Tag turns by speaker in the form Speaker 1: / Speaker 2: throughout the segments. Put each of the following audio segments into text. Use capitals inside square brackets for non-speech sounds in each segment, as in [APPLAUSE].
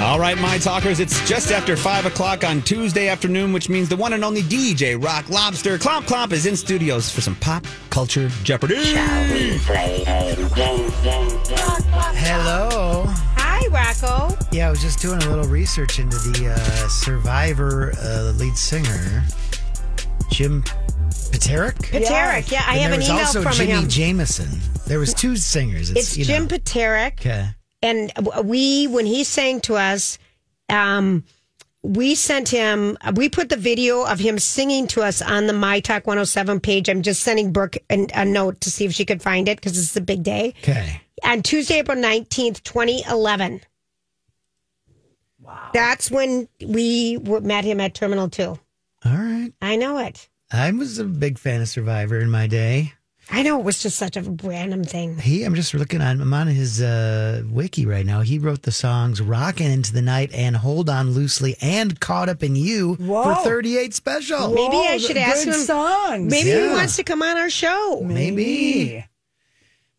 Speaker 1: All right, my talkers, it's just after 5 o'clock on Tuesday afternoon, which means the one and only DJ Rock Lobster Clomp Clomp is in studios for some pop culture Jeopardy!
Speaker 2: Hello.
Speaker 3: Hi, Rocco.
Speaker 2: Yeah, I was just doing a little research into the uh, Survivor uh, lead singer, Jim Peterick.
Speaker 3: Pateric. Yeah, I
Speaker 2: And there
Speaker 3: have an
Speaker 2: was
Speaker 3: email
Speaker 2: also
Speaker 3: from
Speaker 2: Jimmy
Speaker 3: him.
Speaker 2: Jameson. There was two singers.
Speaker 3: it's
Speaker 2: you
Speaker 3: Jim
Speaker 2: know.
Speaker 3: Pateric.
Speaker 2: Okay.
Speaker 3: And w- we, when he sang to us, um, we sent him, uh, we put the video of him singing to us on the My Talk 107 page. I'm just sending Brooke an, a note to see if she could find it because it's a big day.
Speaker 2: Okay.
Speaker 3: On Tuesday, April 19th, 2011. Wow. That's when we w- met him at Terminal 2.
Speaker 2: All right.
Speaker 3: I know it.
Speaker 2: I was a big fan of Survivor in my day.
Speaker 3: I know it was just such a random thing.
Speaker 2: He, I'm just looking on, I'm on his uh, wiki right now. He wrote the songs Rockin' Into the Night and Hold On Loosely and Caught Up in You for 38 Special.
Speaker 3: Maybe I should ask
Speaker 4: good
Speaker 3: him.
Speaker 4: songs.
Speaker 3: Maybe he
Speaker 2: Yeah.
Speaker 3: wants to come on our show.
Speaker 2: Maybe.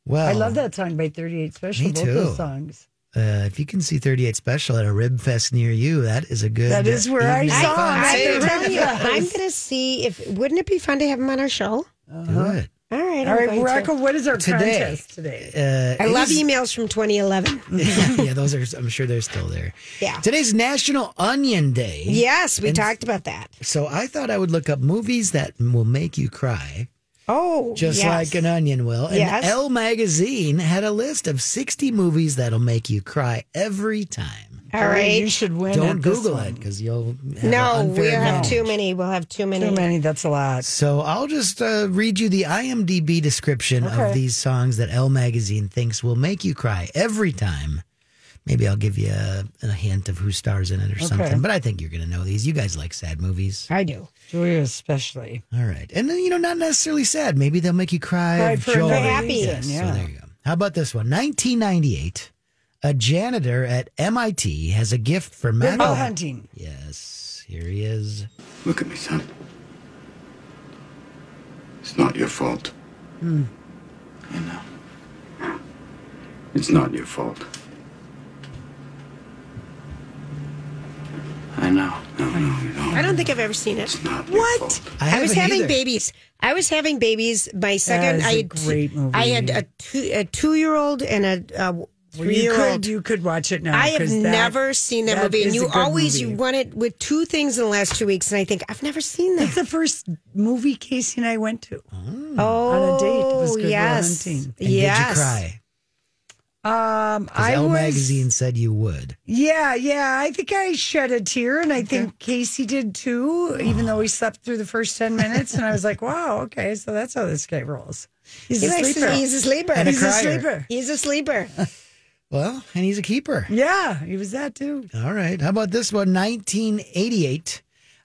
Speaker 2: Well,
Speaker 4: I love that song by 38 Special.
Speaker 2: Me
Speaker 4: both
Speaker 2: too.
Speaker 4: those songs.
Speaker 2: Uh, if you can see 38 Special at a rib fest near you, that is a good.
Speaker 4: That is where I
Speaker 2: evening of
Speaker 4: saw
Speaker 2: fun.
Speaker 3: I,
Speaker 4: Hey,
Speaker 3: am telling you,
Speaker 4: Rocco.
Speaker 3: I'm going to see if wouldn't it be fun to have him on our show?
Speaker 2: Do it.
Speaker 3: All right,
Speaker 4: All
Speaker 3: I'm
Speaker 4: right,
Speaker 3: going to.
Speaker 4: Rocco, what is our
Speaker 2: Today.
Speaker 4: contest today?
Speaker 2: Uh,
Speaker 3: I
Speaker 2: it
Speaker 3: love
Speaker 2: is-
Speaker 3: emails from 2011.
Speaker 2: [LAUGHS] yeah, those are. I'm sure they're still there.
Speaker 3: Yeah.
Speaker 2: Today's National Onion Day.
Speaker 3: Yes, we talked about that.
Speaker 2: So I thought I would look up movies that will make you cry,
Speaker 3: Oh,
Speaker 2: just
Speaker 3: yes.
Speaker 2: like an onion will. And
Speaker 3: Yes.
Speaker 2: Elle magazine had a list of 60 movies that'll make you cry every time.
Speaker 3: All
Speaker 4: You
Speaker 3: right.
Speaker 4: should win.
Speaker 2: Don't
Speaker 4: at this
Speaker 2: Google
Speaker 4: one.
Speaker 2: it because you'll have an
Speaker 3: No,
Speaker 2: unfair
Speaker 3: we'll have
Speaker 2: advantage.
Speaker 3: too many. We'll have too many.
Speaker 4: Too many. That's a lot.
Speaker 2: So I'll just uh, read you the IMDb description of
Speaker 4: Okay.
Speaker 2: these songs that Elle Magazine thinks will make you cry every time. Maybe I'll give you a, a hint of who stars in it or something. But I think you're going to know these. You guys like sad movies.
Speaker 3: I do.
Speaker 4: Julia, especially.
Speaker 2: All right. And, then, you know, not necessarily sad. Maybe they'll make you cry,
Speaker 4: Cry
Speaker 2: of
Speaker 4: for
Speaker 2: joy.
Speaker 4: another
Speaker 3: Happy.
Speaker 2: Yes.
Speaker 4: reason,
Speaker 2: So
Speaker 4: yeah.
Speaker 2: there you go. How about this one? 1998. A janitor at MIT has a gift for
Speaker 4: Good
Speaker 2: Madeline.
Speaker 4: hunting.
Speaker 2: Yes. Here he is.
Speaker 5: Look at me, son. It's not your fault. I know. It's not your fault. I know. No, no, no.
Speaker 3: I don't think I've ever seen it.
Speaker 5: It's not your
Speaker 3: What?
Speaker 5: fault.
Speaker 2: I
Speaker 3: was
Speaker 2: haven't
Speaker 3: having
Speaker 2: either.
Speaker 3: babies. I was having babies. My second.
Speaker 4: is
Speaker 3: I
Speaker 4: a
Speaker 3: had t-
Speaker 4: great movie.
Speaker 3: I had a two a two year old and a, a
Speaker 4: Well,
Speaker 3: three
Speaker 4: you
Speaker 3: year
Speaker 4: could
Speaker 3: old.
Speaker 4: you could watch it now.
Speaker 3: I have
Speaker 4: 'cause Uh, that-
Speaker 3: never seen that,
Speaker 4: that
Speaker 3: movie, and
Speaker 4: is
Speaker 3: you
Speaker 4: a good
Speaker 3: always
Speaker 4: movie.
Speaker 3: you run it with two things in the last two weeks, and I think I've never seen that.
Speaker 4: It's the first movie Casey and I went to.
Speaker 3: oh,
Speaker 4: on a date was Good Will
Speaker 3: yes,
Speaker 4: Hunting.
Speaker 2: And
Speaker 3: yes.
Speaker 2: did you cry?
Speaker 4: Um,
Speaker 2: Because
Speaker 4: I
Speaker 2: Elle
Speaker 4: was.
Speaker 2: Magazine said you would.
Speaker 4: Yeah, yeah. I think I shed a tear, and I think Casey did too. Even though we slept through the first ten minutes, and I was like, "Wow, okay, so that's how this guy rolls. He's
Speaker 3: He
Speaker 4: a
Speaker 3: likes
Speaker 4: sleeper.
Speaker 3: to, he's a sleeper.
Speaker 2: And a
Speaker 3: he's,
Speaker 4: He's a
Speaker 2: crier.
Speaker 4: sleeper."
Speaker 3: he's a sleeper.
Speaker 2: Well, and he's a keeper.
Speaker 4: Yeah, he was that too.
Speaker 2: All right. How about this one? 1988.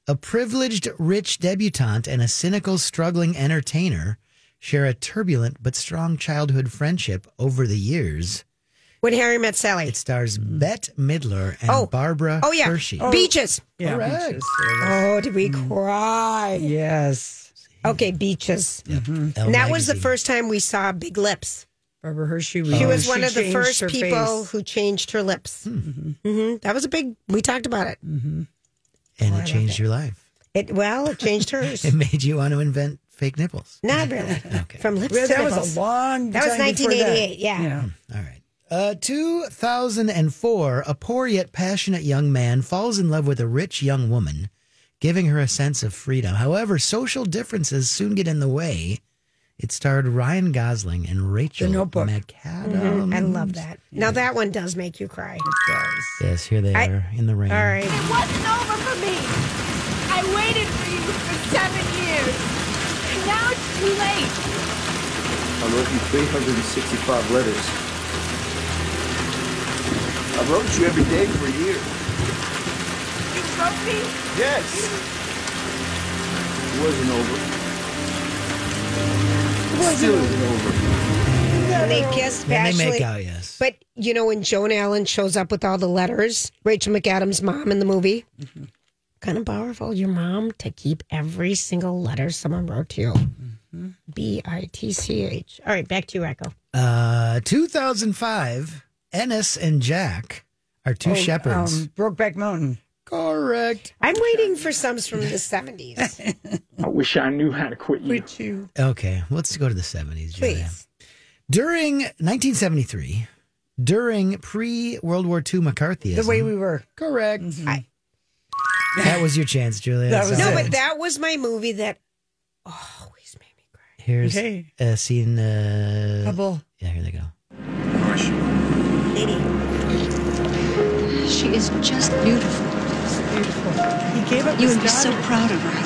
Speaker 2: A privileged rich debutante and a cynical struggling entertainer share a turbulent but strong childhood friendship over the years.
Speaker 3: when Harry met Sally.
Speaker 2: It stars Bette Midler and
Speaker 3: Oh.
Speaker 2: Barbara
Speaker 3: oh yeah,
Speaker 2: Hershey.
Speaker 3: beaches.
Speaker 4: Yeah,
Speaker 2: All right.
Speaker 4: beaches, yeah.
Speaker 3: Oh, did we
Speaker 4: Mm.
Speaker 3: cry?
Speaker 4: Yes,
Speaker 3: Okay, beaches.
Speaker 2: Elle
Speaker 3: And that was the
Speaker 2: Magazine.
Speaker 3: first time we saw Big Lips.
Speaker 4: Barbara Hershey.
Speaker 3: She
Speaker 4: oh,
Speaker 3: was one of the
Speaker 4: changed
Speaker 3: first
Speaker 4: her
Speaker 3: people
Speaker 4: face.
Speaker 3: who changed her lips. Mm-hmm. That was a big. We talked about it.
Speaker 2: And it changed your life.
Speaker 3: It well, it changed
Speaker 4: [LAUGHS]
Speaker 3: hers.
Speaker 2: It made you want to invent fake nipples.
Speaker 3: Not really. From lips
Speaker 4: Yeah,
Speaker 3: to
Speaker 4: that
Speaker 3: nipples.
Speaker 4: was a long.
Speaker 3: That was
Speaker 4: time before
Speaker 3: 1988, yeah.
Speaker 2: All right. Uh, 2004, a poor yet passionate young man falls in love with a rich young woman, giving her a sense of freedom. However, social differences soon get in the way. It starred Ryan Gosling and Rachel
Speaker 4: Notebook.
Speaker 2: McAdams.
Speaker 3: Mm-hmm.
Speaker 4: I love that.
Speaker 3: Now that one does make you cry.
Speaker 2: Yes, here they
Speaker 3: I-
Speaker 2: are in the rain.
Speaker 3: All right.
Speaker 6: It wasn't over for me. I waited for you for seven years. Now it's too late.
Speaker 7: I wrote you 365 letters. I wrote you every day for a year.
Speaker 6: You broke me.
Speaker 7: Yes. It wasn't over. It still isn't over.
Speaker 3: They kissed
Speaker 2: Then they
Speaker 3: passionately.
Speaker 2: make out, yes.
Speaker 3: But you know when Joan Allen shows up with all the letters, Rachel McAdams' mom in the movie,
Speaker 2: Mm-hmm.
Speaker 3: kind of powerful. Your mom to keep every single letter someone wrote to you.
Speaker 2: Mm-hmm.
Speaker 3: B I T C H. All right, back to you, Echo.
Speaker 2: Uh, 2005, Ennis and Jack are two
Speaker 3: Oh,
Speaker 2: shepherds.
Speaker 4: Um, Brokeback Mountain.
Speaker 2: Correct.
Speaker 3: I'm waiting for some from
Speaker 2: [LAUGHS]
Speaker 3: the 70s.
Speaker 8: I wish I knew how to quit you.
Speaker 4: With you.
Speaker 2: Okay, let's go to the 70s. Julia.
Speaker 3: Please.
Speaker 2: During 1973, during pre World War II McCarthyism.
Speaker 4: The way we were.
Speaker 2: Correct. That was your chance, Julia.
Speaker 4: That was
Speaker 3: No,
Speaker 2: Sorry.
Speaker 3: but that was my movie that always made me cry.
Speaker 2: Here's
Speaker 4: Okay.
Speaker 2: a scene. Uh,
Speaker 4: Double.
Speaker 2: yeah, here they go.
Speaker 6: She is just beautiful.
Speaker 4: He gave up his daughter.
Speaker 6: proud of her.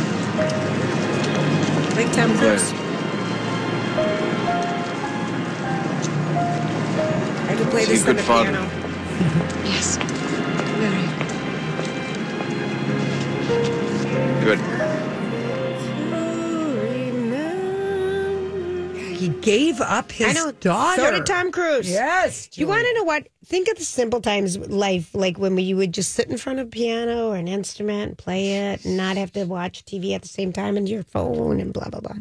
Speaker 3: Like Tom Cruise. I could play
Speaker 7: He's
Speaker 3: this
Speaker 7: a
Speaker 3: on the
Speaker 7: good father.
Speaker 3: piano.
Speaker 6: [LAUGHS] Yes. Very.
Speaker 7: Good.
Speaker 4: He gave up his
Speaker 3: I know.
Speaker 4: daughter.
Speaker 3: So did Tom Cruise.
Speaker 4: Yes.
Speaker 3: You want to know what? Think of the simple times of life, like when you would just sit in front of a piano or an instrument, play it, and not have to watch TV at the same time and your phone and blah blah blah.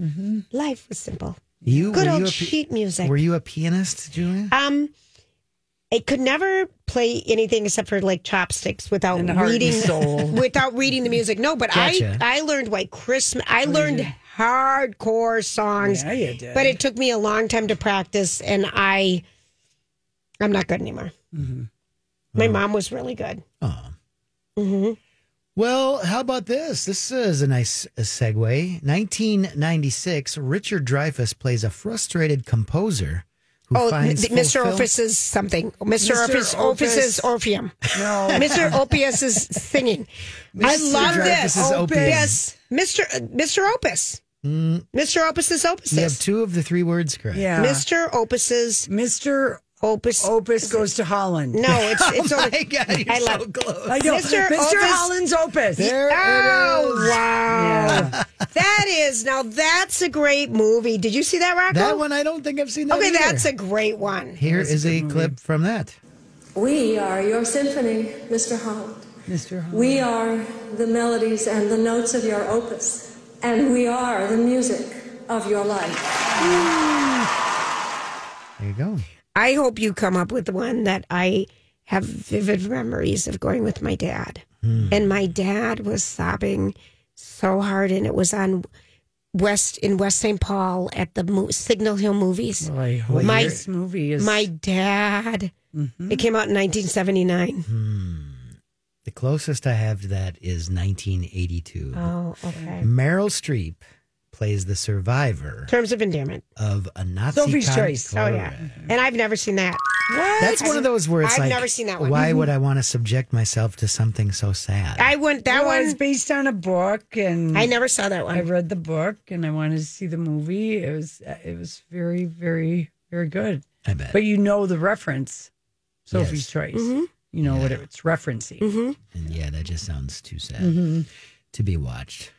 Speaker 3: Life was simple.
Speaker 2: You
Speaker 3: Good
Speaker 2: were
Speaker 3: old
Speaker 2: you a pi-
Speaker 3: sheet music.
Speaker 2: Were you a pianist, Julia?
Speaker 3: Um, it could never play anything except for like chopsticks without
Speaker 4: And heart and
Speaker 3: reading
Speaker 4: soul.
Speaker 3: [LAUGHS]
Speaker 4: [LAUGHS]
Speaker 3: without reading the music. No, but
Speaker 2: Gotcha.
Speaker 3: I I learned like Christmas. I learned hardcore songs.
Speaker 4: Yeah, you did.
Speaker 3: But it took me a long time to practice, and I I'm not good anymore.
Speaker 4: Mm-hmm.
Speaker 3: My mom was really good. Mm-hmm.
Speaker 2: Oh. Well, how about this? This is a nice uh, segue. 1996, Richard Dreyfuss plays a frustrated composer who
Speaker 3: Oh,
Speaker 2: finds
Speaker 3: th- Mr.
Speaker 2: fulfill-
Speaker 3: Orpheus's something. Mr.
Speaker 4: Mr.
Speaker 3: Orpheus, Orpheus's
Speaker 4: Orpheus.
Speaker 3: Orpheum.
Speaker 4: No.
Speaker 3: [LAUGHS] Mr. Opius's singing. I
Speaker 2: Mr.
Speaker 3: love
Speaker 2: Dreyfus's
Speaker 3: this.
Speaker 2: Opus.
Speaker 3: Yes, Mr. uh, Mr. Opus. Mr. Opus's
Speaker 2: You Mm. have
Speaker 3: Opuses.
Speaker 2: two of the three words correct. [LAUGHS]
Speaker 4: Yeah.
Speaker 3: Mr. Opus's
Speaker 4: Mr.
Speaker 3: Opus.
Speaker 4: Opus goes to Holland.
Speaker 3: No,
Speaker 2: [LAUGHS]
Speaker 3: it's it's
Speaker 2: Oh
Speaker 3: over.
Speaker 2: my God, you're
Speaker 3: I
Speaker 2: so
Speaker 3: love-
Speaker 2: close.
Speaker 4: I don't.
Speaker 3: Mr.
Speaker 4: [LAUGHS] Mr.
Speaker 3: Opus-
Speaker 4: Holland's Opus.
Speaker 2: There
Speaker 3: [LAUGHS] Oh
Speaker 2: it is.
Speaker 3: wow, that is now that's a great movie. Did you see that, Rocco?
Speaker 2: That one I don't think I've seen that
Speaker 3: Okay,
Speaker 2: either.
Speaker 3: that's a great one.
Speaker 2: Here is a clip from that.
Speaker 6: We are your symphony, Mr. Holland.
Speaker 4: Mr. Holland.
Speaker 6: We are the melodies and the notes of your opus, and we are the music of your life.
Speaker 2: There you go.
Speaker 3: I hope you come up with one that I have vivid memories of going with my dad. And my dad was sobbing so hard, and it was on West in West St. Paul at the mo- Signal Hill movies.
Speaker 4: I hope
Speaker 3: My-
Speaker 4: this movie is mm-hmm.
Speaker 3: My dad. It came out in 1979.
Speaker 2: The closest I have to that is 1982.
Speaker 3: Oh, okay.
Speaker 2: Meryl Streep plays the survivor
Speaker 3: Terms of Endearment.
Speaker 2: of a Nazi.
Speaker 4: Sophie's
Speaker 2: con-
Speaker 4: Choice.
Speaker 3: Oh, yeah. And I've never seen that.
Speaker 4: What?
Speaker 2: That's one of those where it's
Speaker 3: I've
Speaker 2: like,
Speaker 3: never seen that one. Mm-hmm.
Speaker 2: why would I want to subject myself to something so sad?
Speaker 3: I went that
Speaker 4: that one's
Speaker 3: one.
Speaker 4: based on a book, and
Speaker 3: I never saw that
Speaker 4: I
Speaker 3: one.
Speaker 4: read the book, and I wanted to see the movie. It was uh, it was very very very good.
Speaker 2: I bet.
Speaker 4: But you know the reference, Sophie's
Speaker 2: Yes.
Speaker 4: Choice.
Speaker 3: Mm-hmm.
Speaker 4: You know what it's referencing. Mm-hmm.
Speaker 2: and yeah, that just sounds too sad
Speaker 3: Mm-hmm.
Speaker 2: to be watched.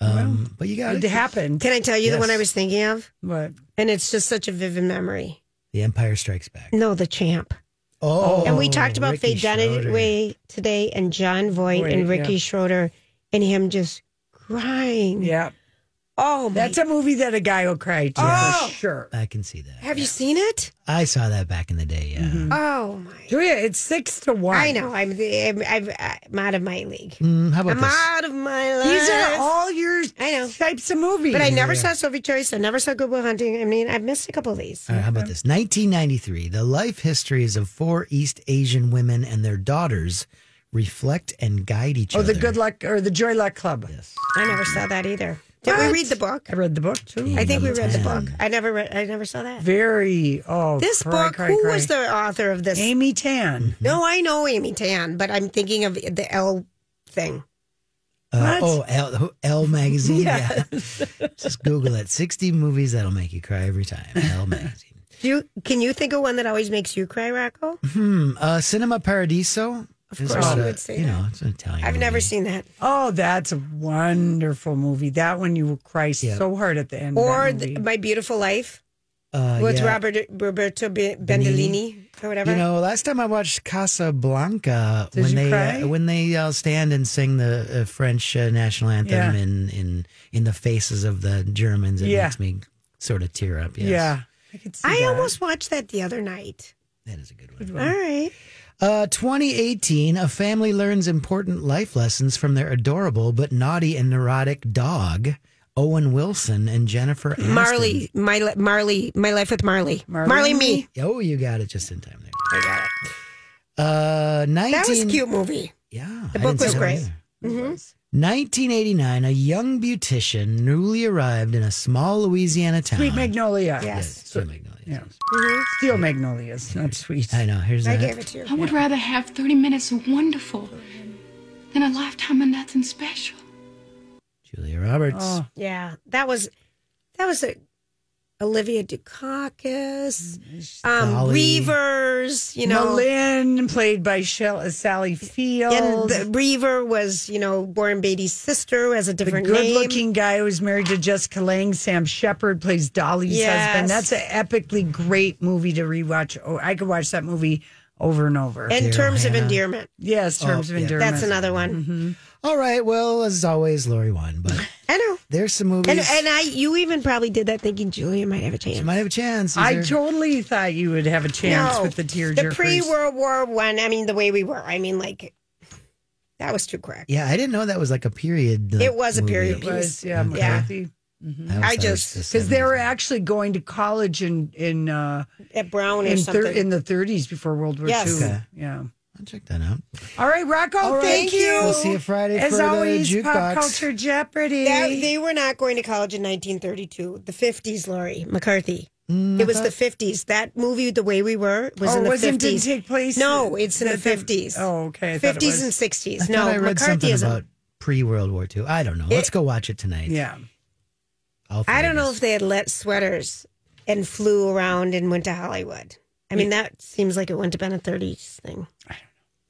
Speaker 2: Um, but you got
Speaker 4: It
Speaker 2: it.
Speaker 4: happened,
Speaker 3: Can I tell you the one
Speaker 2: Yes.
Speaker 3: I was thinking of?
Speaker 4: but
Speaker 3: And it's just such a vivid memory.
Speaker 2: the Empire Strikes Back.
Speaker 3: No, The Champ.
Speaker 2: Oh,
Speaker 3: and we talked about
Speaker 2: Ricky
Speaker 3: Faye Dunaway today and John Voight
Speaker 4: Voight,
Speaker 3: and Ricky
Speaker 4: yeah.
Speaker 3: Schroeder and him just crying.
Speaker 4: yeah,
Speaker 3: Oh, my.
Speaker 4: That's a movie that a guy will cry to
Speaker 3: Oh!
Speaker 4: for sure.
Speaker 2: I can see that.
Speaker 3: Have you seen it?
Speaker 2: I saw that back in the day. Yeah.
Speaker 3: Oh my!
Speaker 4: Julia, it's six to one.
Speaker 3: I know. I'm. I'm, I'm, I'm out of my league.
Speaker 2: Mm, how about
Speaker 3: I'm
Speaker 2: this?
Speaker 3: out of my league.
Speaker 4: These are all your
Speaker 3: I know.
Speaker 4: types of movies.
Speaker 3: But I never saw Sophie Choice. I never saw Good Will Hunting. I mean, I've missed a couple of these.
Speaker 2: All right, how about this? 1993. The life histories of four East Asian women and their daughters reflect and guide each
Speaker 4: Oh,
Speaker 2: other.
Speaker 4: the Good Luck or the Joy Luck Club.
Speaker 3: I never saw that either. Did we
Speaker 4: What?
Speaker 3: read the book?
Speaker 4: I read the book too.
Speaker 3: I think we
Speaker 2: Number
Speaker 3: read the
Speaker 2: 10.
Speaker 3: book. I never read. I never saw that.
Speaker 4: Very oh
Speaker 3: This
Speaker 4: cry,
Speaker 3: book.
Speaker 4: cry,
Speaker 3: who
Speaker 4: cry.
Speaker 3: was the author of this?
Speaker 4: Amy
Speaker 2: Mm-hmm.
Speaker 4: Tan?
Speaker 3: No, I know Amy Tan, but I'm thinking of the L thing.
Speaker 2: Uh,
Speaker 4: What?
Speaker 2: oh, L, who- L magazine. yeah. Just Google it. 60 movies that'll make you cry every time.
Speaker 3: [LAUGHS]
Speaker 2: L magazine.
Speaker 3: Do you, can you think of one that always makes you cry, Rocco?
Speaker 2: Hmm. Uh, Cinema Paradiso. Of
Speaker 3: course you would say
Speaker 2: You know, it's an Italian.
Speaker 3: I've
Speaker 2: movie.
Speaker 3: never seen that.
Speaker 4: Oh, that's a wonderful movie. That one you will cry
Speaker 2: Yeah.
Speaker 4: so hard at the end.
Speaker 3: Or
Speaker 4: of that
Speaker 3: the,
Speaker 4: movie.
Speaker 3: My Beautiful Life
Speaker 2: Uh,
Speaker 3: with
Speaker 2: yeah.
Speaker 3: Robert Roberto Be- Bendelini or whatever.
Speaker 2: You know, last time I watched Casablanca,
Speaker 4: Did
Speaker 2: when
Speaker 4: you
Speaker 2: they
Speaker 4: cry?
Speaker 2: Uh, when they uh, stand and sing the uh, French uh, national anthem
Speaker 4: Yeah.
Speaker 2: in, in in the faces of the Germans, it
Speaker 4: Yeah.
Speaker 2: makes me sort of tear up. Yes.
Speaker 4: yeah, I could see
Speaker 3: I
Speaker 4: that.
Speaker 3: almost watched that the other night.
Speaker 2: that is a good one.
Speaker 3: All right.
Speaker 2: Uh, 2018, a family learns important life lessons from their adorable but naughty and neurotic dog, Owen Wilson and Jennifer Aniston.
Speaker 3: Marley, my li- Marley, my life with Marley. Marley, me.
Speaker 2: Oh, you got it just in time there. I got it. Uh, 19.
Speaker 3: That was a cute movie.
Speaker 2: Yeah.
Speaker 3: The
Speaker 2: I didn't
Speaker 3: book
Speaker 2: see
Speaker 3: was
Speaker 2: that one
Speaker 3: great. Mm-hmm.
Speaker 2: either. 1989, a young beautician newly arrived in a small Louisiana town.
Speaker 4: Sweet Magnolia.
Speaker 3: Yes. Mm-hmm.
Speaker 2: Yes, Sweet Magnolia.
Speaker 4: Yeah. Steel Magnolias, not sweet.
Speaker 2: I know. Here's
Speaker 3: I
Speaker 2: that.
Speaker 3: gave it to you.
Speaker 9: I would rather have 30 minutes of wonderful than a lifetime of nothing special.
Speaker 2: Julia Roberts.
Speaker 4: Oh.
Speaker 3: Yeah, that was that was a Olivia Dukakis, um,
Speaker 2: Mm-hmm. Dolly.
Speaker 3: Reavers. You know,
Speaker 4: Malin, played by Shell, Sally Field.
Speaker 3: and the Reaver was you know Warren Beatty's sister as a
Speaker 4: the
Speaker 3: different name.
Speaker 4: good-looking guy who was married to Jessica Lange, Sam Shepard, plays Dolly's
Speaker 3: Yes.
Speaker 4: husband. That's an epically great movie to rewatch. Oh, I could watch that movie over and over.
Speaker 3: In terms of
Speaker 2: Hannah.
Speaker 3: endearment,
Speaker 4: yes, Terms
Speaker 2: Oh,
Speaker 4: of
Speaker 2: yeah.
Speaker 4: Endearment.
Speaker 3: that's another one.
Speaker 4: Mm-hmm.
Speaker 2: All right. Well, as always, Lori won, but
Speaker 3: I know.
Speaker 2: there's some movies.
Speaker 3: And, and I, you even probably did that thinking Julia might have a
Speaker 2: you
Speaker 3: chance.
Speaker 2: might have a chance.
Speaker 4: I
Speaker 2: These are-
Speaker 4: totally thought you would have a chance
Speaker 3: No.
Speaker 4: with the tear
Speaker 3: The pre World War One. I, mean, the way we were. I mean, like that was too correct.
Speaker 2: Yeah, I didn't know that was like a period. like,
Speaker 3: It was a
Speaker 2: movie.
Speaker 3: period
Speaker 4: It was, yeah,
Speaker 2: Okay.
Speaker 4: McCarthy.
Speaker 2: always
Speaker 3: I
Speaker 2: thought it was
Speaker 3: just-
Speaker 2: the
Speaker 4: Because they were
Speaker 2: 70s.
Speaker 4: actually going to college in in uh,
Speaker 3: At Brown or
Speaker 4: in,
Speaker 3: something.
Speaker 4: thir- in the 30s before World War
Speaker 3: Yes.
Speaker 4: II.
Speaker 2: Okay.
Speaker 4: Yeah.
Speaker 2: I'll check that out.
Speaker 4: All right, Rocco.
Speaker 2: All right.
Speaker 4: thank you.
Speaker 2: We'll see you Friday
Speaker 4: As
Speaker 2: for the
Speaker 4: always,
Speaker 2: jukebox.
Speaker 4: pop culture jeopardy.
Speaker 3: That, they were not going to college in 1932. The 50s, Lori McCarthy. it was the 50s. That movie, The Way We Were, was
Speaker 4: Mm, Oh,
Speaker 3: in the
Speaker 4: wasn't-
Speaker 3: 50s.
Speaker 4: didn't take place-
Speaker 3: No, it's in the,
Speaker 4: that the-
Speaker 3: 50s.
Speaker 4: oh, okay, I thought it
Speaker 3: 50s
Speaker 4: was.
Speaker 3: and 60s.
Speaker 2: I
Speaker 3: no,
Speaker 2: thought I read something
Speaker 3: McCarthyism.
Speaker 2: about pre World War II. I don't know. Let's go watch it tonight.
Speaker 4: Yeah.
Speaker 2: I'll
Speaker 3: I don't
Speaker 2: find
Speaker 3: know
Speaker 2: us.
Speaker 3: if they had let sweaters and flew around and went to Hollywood. I mean, that seems like it wouldn't have been a 30s thing.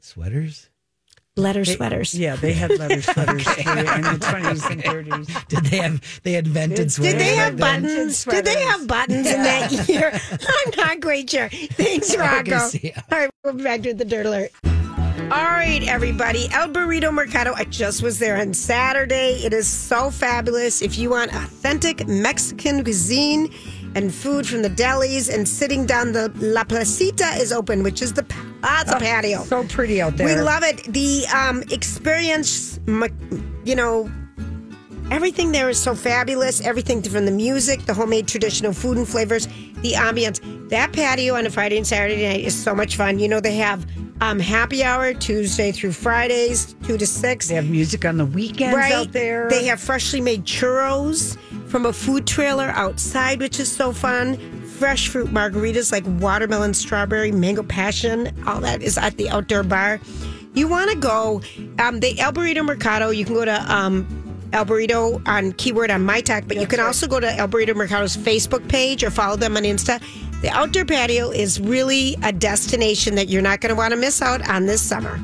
Speaker 2: sweaters. [LAUGHS]
Speaker 3: Letter sweaters.
Speaker 4: Yeah, they had
Speaker 3: [LAUGHS]
Speaker 4: leather sweaters too in the 20s and 30s.
Speaker 2: Did they have? They had invented sweaters.
Speaker 3: Did they
Speaker 2: back
Speaker 3: have
Speaker 2: then?
Speaker 3: buttons? Did they have buttons in that year? [LAUGHS] I'm not quite sure.
Speaker 2: [LAUGHS]
Speaker 3: Thanks,
Speaker 2: Okay,
Speaker 3: Rocco.
Speaker 2: see ya.
Speaker 3: All right, we'll be back to the dirt alert. All right, everybody. El Burrito Mercado. I just was there on Saturday. It is so fabulous. If you want authentic Mexican cuisine and food from the delis and sitting down, the La Placita is open, which is the
Speaker 2: Oh,
Speaker 3: plaza patio.
Speaker 4: So pretty out there.
Speaker 3: We love it. The um, experience, m- you know, everything there is so fabulous. Everything from the music, the homemade traditional food and flavors, the ambiance. That patio on a Friday and Saturday night is so much fun. You know, they have um, happy hour Tuesday through Fridays, 2 to 6.
Speaker 4: They have music on the weekends
Speaker 3: Right
Speaker 4: out there.
Speaker 3: They have freshly made churros from a food trailer outside, which is so fun. Fresh fruit margaritas like watermelon, strawberry, mango, passion. All that is at the outdoor bar. You want to go, um, the El Burrito Mercado. You can go to um, El Burrito on keyword on my talk, but you can also go to El Burrito Mercado's Facebook page or follow them on Insta. The outdoor patio is really a destination that you're not going to want to miss out on this summer.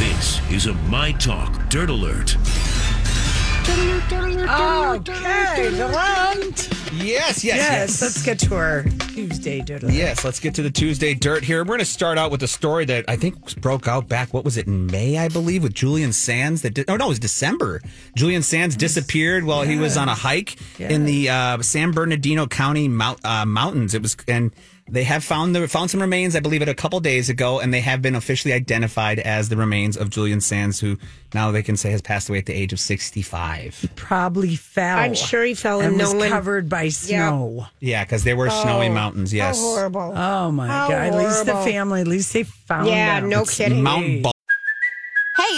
Speaker 10: This is a My Talk Dirt Alert.
Speaker 4: Okay, Delon.
Speaker 1: Yes, yes, yes.
Speaker 4: Yes, let's get to our Tuesday diddle.
Speaker 1: Yes, let's get to the Tuesday dirt here. We're going to start out with a story that I think broke out back, what was it, in May, I believe, with Julian Sands. That did, oh, no, it was December. Julian Sands disappeared while he was on a hike in the uh, San Bernardino County mount, uh, mountains. It was, and they have found the found some remains, I believe, it a couple days ago, and they have been officially identified as the remains of Julian Sands, who now they can say has passed away at the age of 65.
Speaker 4: Probably fell.
Speaker 3: I'm sure he fell
Speaker 4: and
Speaker 3: and
Speaker 4: was
Speaker 3: no one-
Speaker 4: covered by snow.
Speaker 1: Yeah, because they were snowy
Speaker 3: Oh,
Speaker 1: mountains, yes.
Speaker 3: How horrible.
Speaker 4: Oh my
Speaker 3: How
Speaker 4: god! At least the
Speaker 3: horrible.
Speaker 4: family. At least they found.
Speaker 3: Yeah,
Speaker 4: out.
Speaker 3: no It's kidding.
Speaker 1: Mount Bal-
Speaker 11: Hey,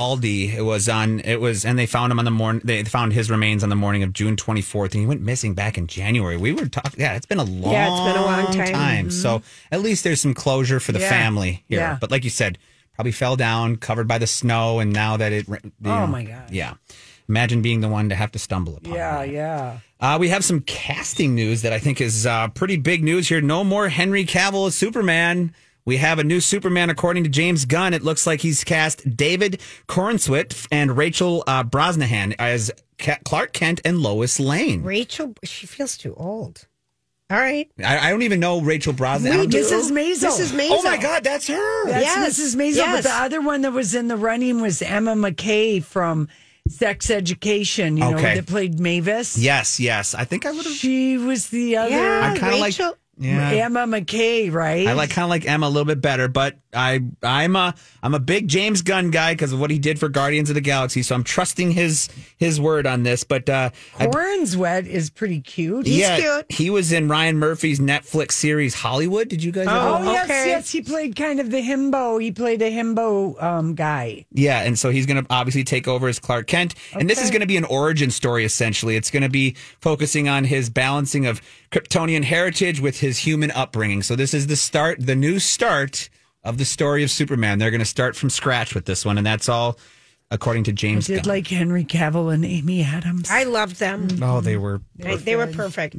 Speaker 1: Aldi. It was on. It was, and they found him on the morning. They found his remains on the morning of June 24th, and he went missing back in January. We were talking. Yeah, it's been a long.
Speaker 3: Yeah, it's been a long time. Mm-hmm.
Speaker 1: So at least there's some closure for the
Speaker 3: Yeah.
Speaker 1: family here.
Speaker 3: Yeah.
Speaker 1: But like you said, probably fell down, covered by the snow, and now that it. ra- you
Speaker 4: Oh, my gosh.
Speaker 1: Yeah, imagine being the one to have to stumble upon.
Speaker 4: Yeah, yeah.
Speaker 1: Uh, we have some casting news that I think is uh, pretty big news here. No more Henry Cavill as Superman. We have a new Superman, according to James Gunn. It looks like he's cast David Cornswit and Rachel uh, Brosnahan as Ca- Clark Kent and Lois Lane.
Speaker 3: Rachel, she feels too old. All right.
Speaker 1: I, I don't even know Rachel Brosnahan.
Speaker 4: We
Speaker 1: I don't-
Speaker 4: do. Mrs. Maisel.
Speaker 3: Mrs. Maisel.
Speaker 1: Oh my God, that's her.
Speaker 4: That's
Speaker 3: Yes,
Speaker 4: Mrs. Maisel.
Speaker 3: yes.
Speaker 4: But the other one that was in the running was Emma McKay from Sex Education. You know
Speaker 1: Okay.
Speaker 4: that played Mavis.
Speaker 1: Yes, yes. I think I would have.
Speaker 4: She was the other.
Speaker 1: I kinda like- Rachel- Yeah.
Speaker 4: Emma McKay, right?
Speaker 1: I like kind of like Emma a little bit better, but I I'm a I'm a big James Gunn guy because of what he did for Guardians of the Galaxy. So I'm trusting his his word on this. But uh, I-
Speaker 4: Warren's wet is pretty cute.
Speaker 1: He was in Ryan Murphy's Netflix series Hollywood. Did you guys?
Speaker 4: Oh,
Speaker 1: ever-
Speaker 4: yes, yes. He played kind of the himbo. He played a himbo um, guy.
Speaker 1: Yeah, and so he's going to obviously take over as Clark Kent, and this is
Speaker 4: Okay.
Speaker 1: going to be an origin story essentially. It's going to be focusing on his balancing of Kryptonian heritage with his human upbringing. So this is the start, the new start of the story of Superman. They're going to start from scratch with this one, and that's all according to
Speaker 4: I
Speaker 1: James.
Speaker 4: did like Henry Cavill and Amy Adams.
Speaker 3: I loved them.
Speaker 1: Gunn. Oh, they were
Speaker 3: They, they were perfect.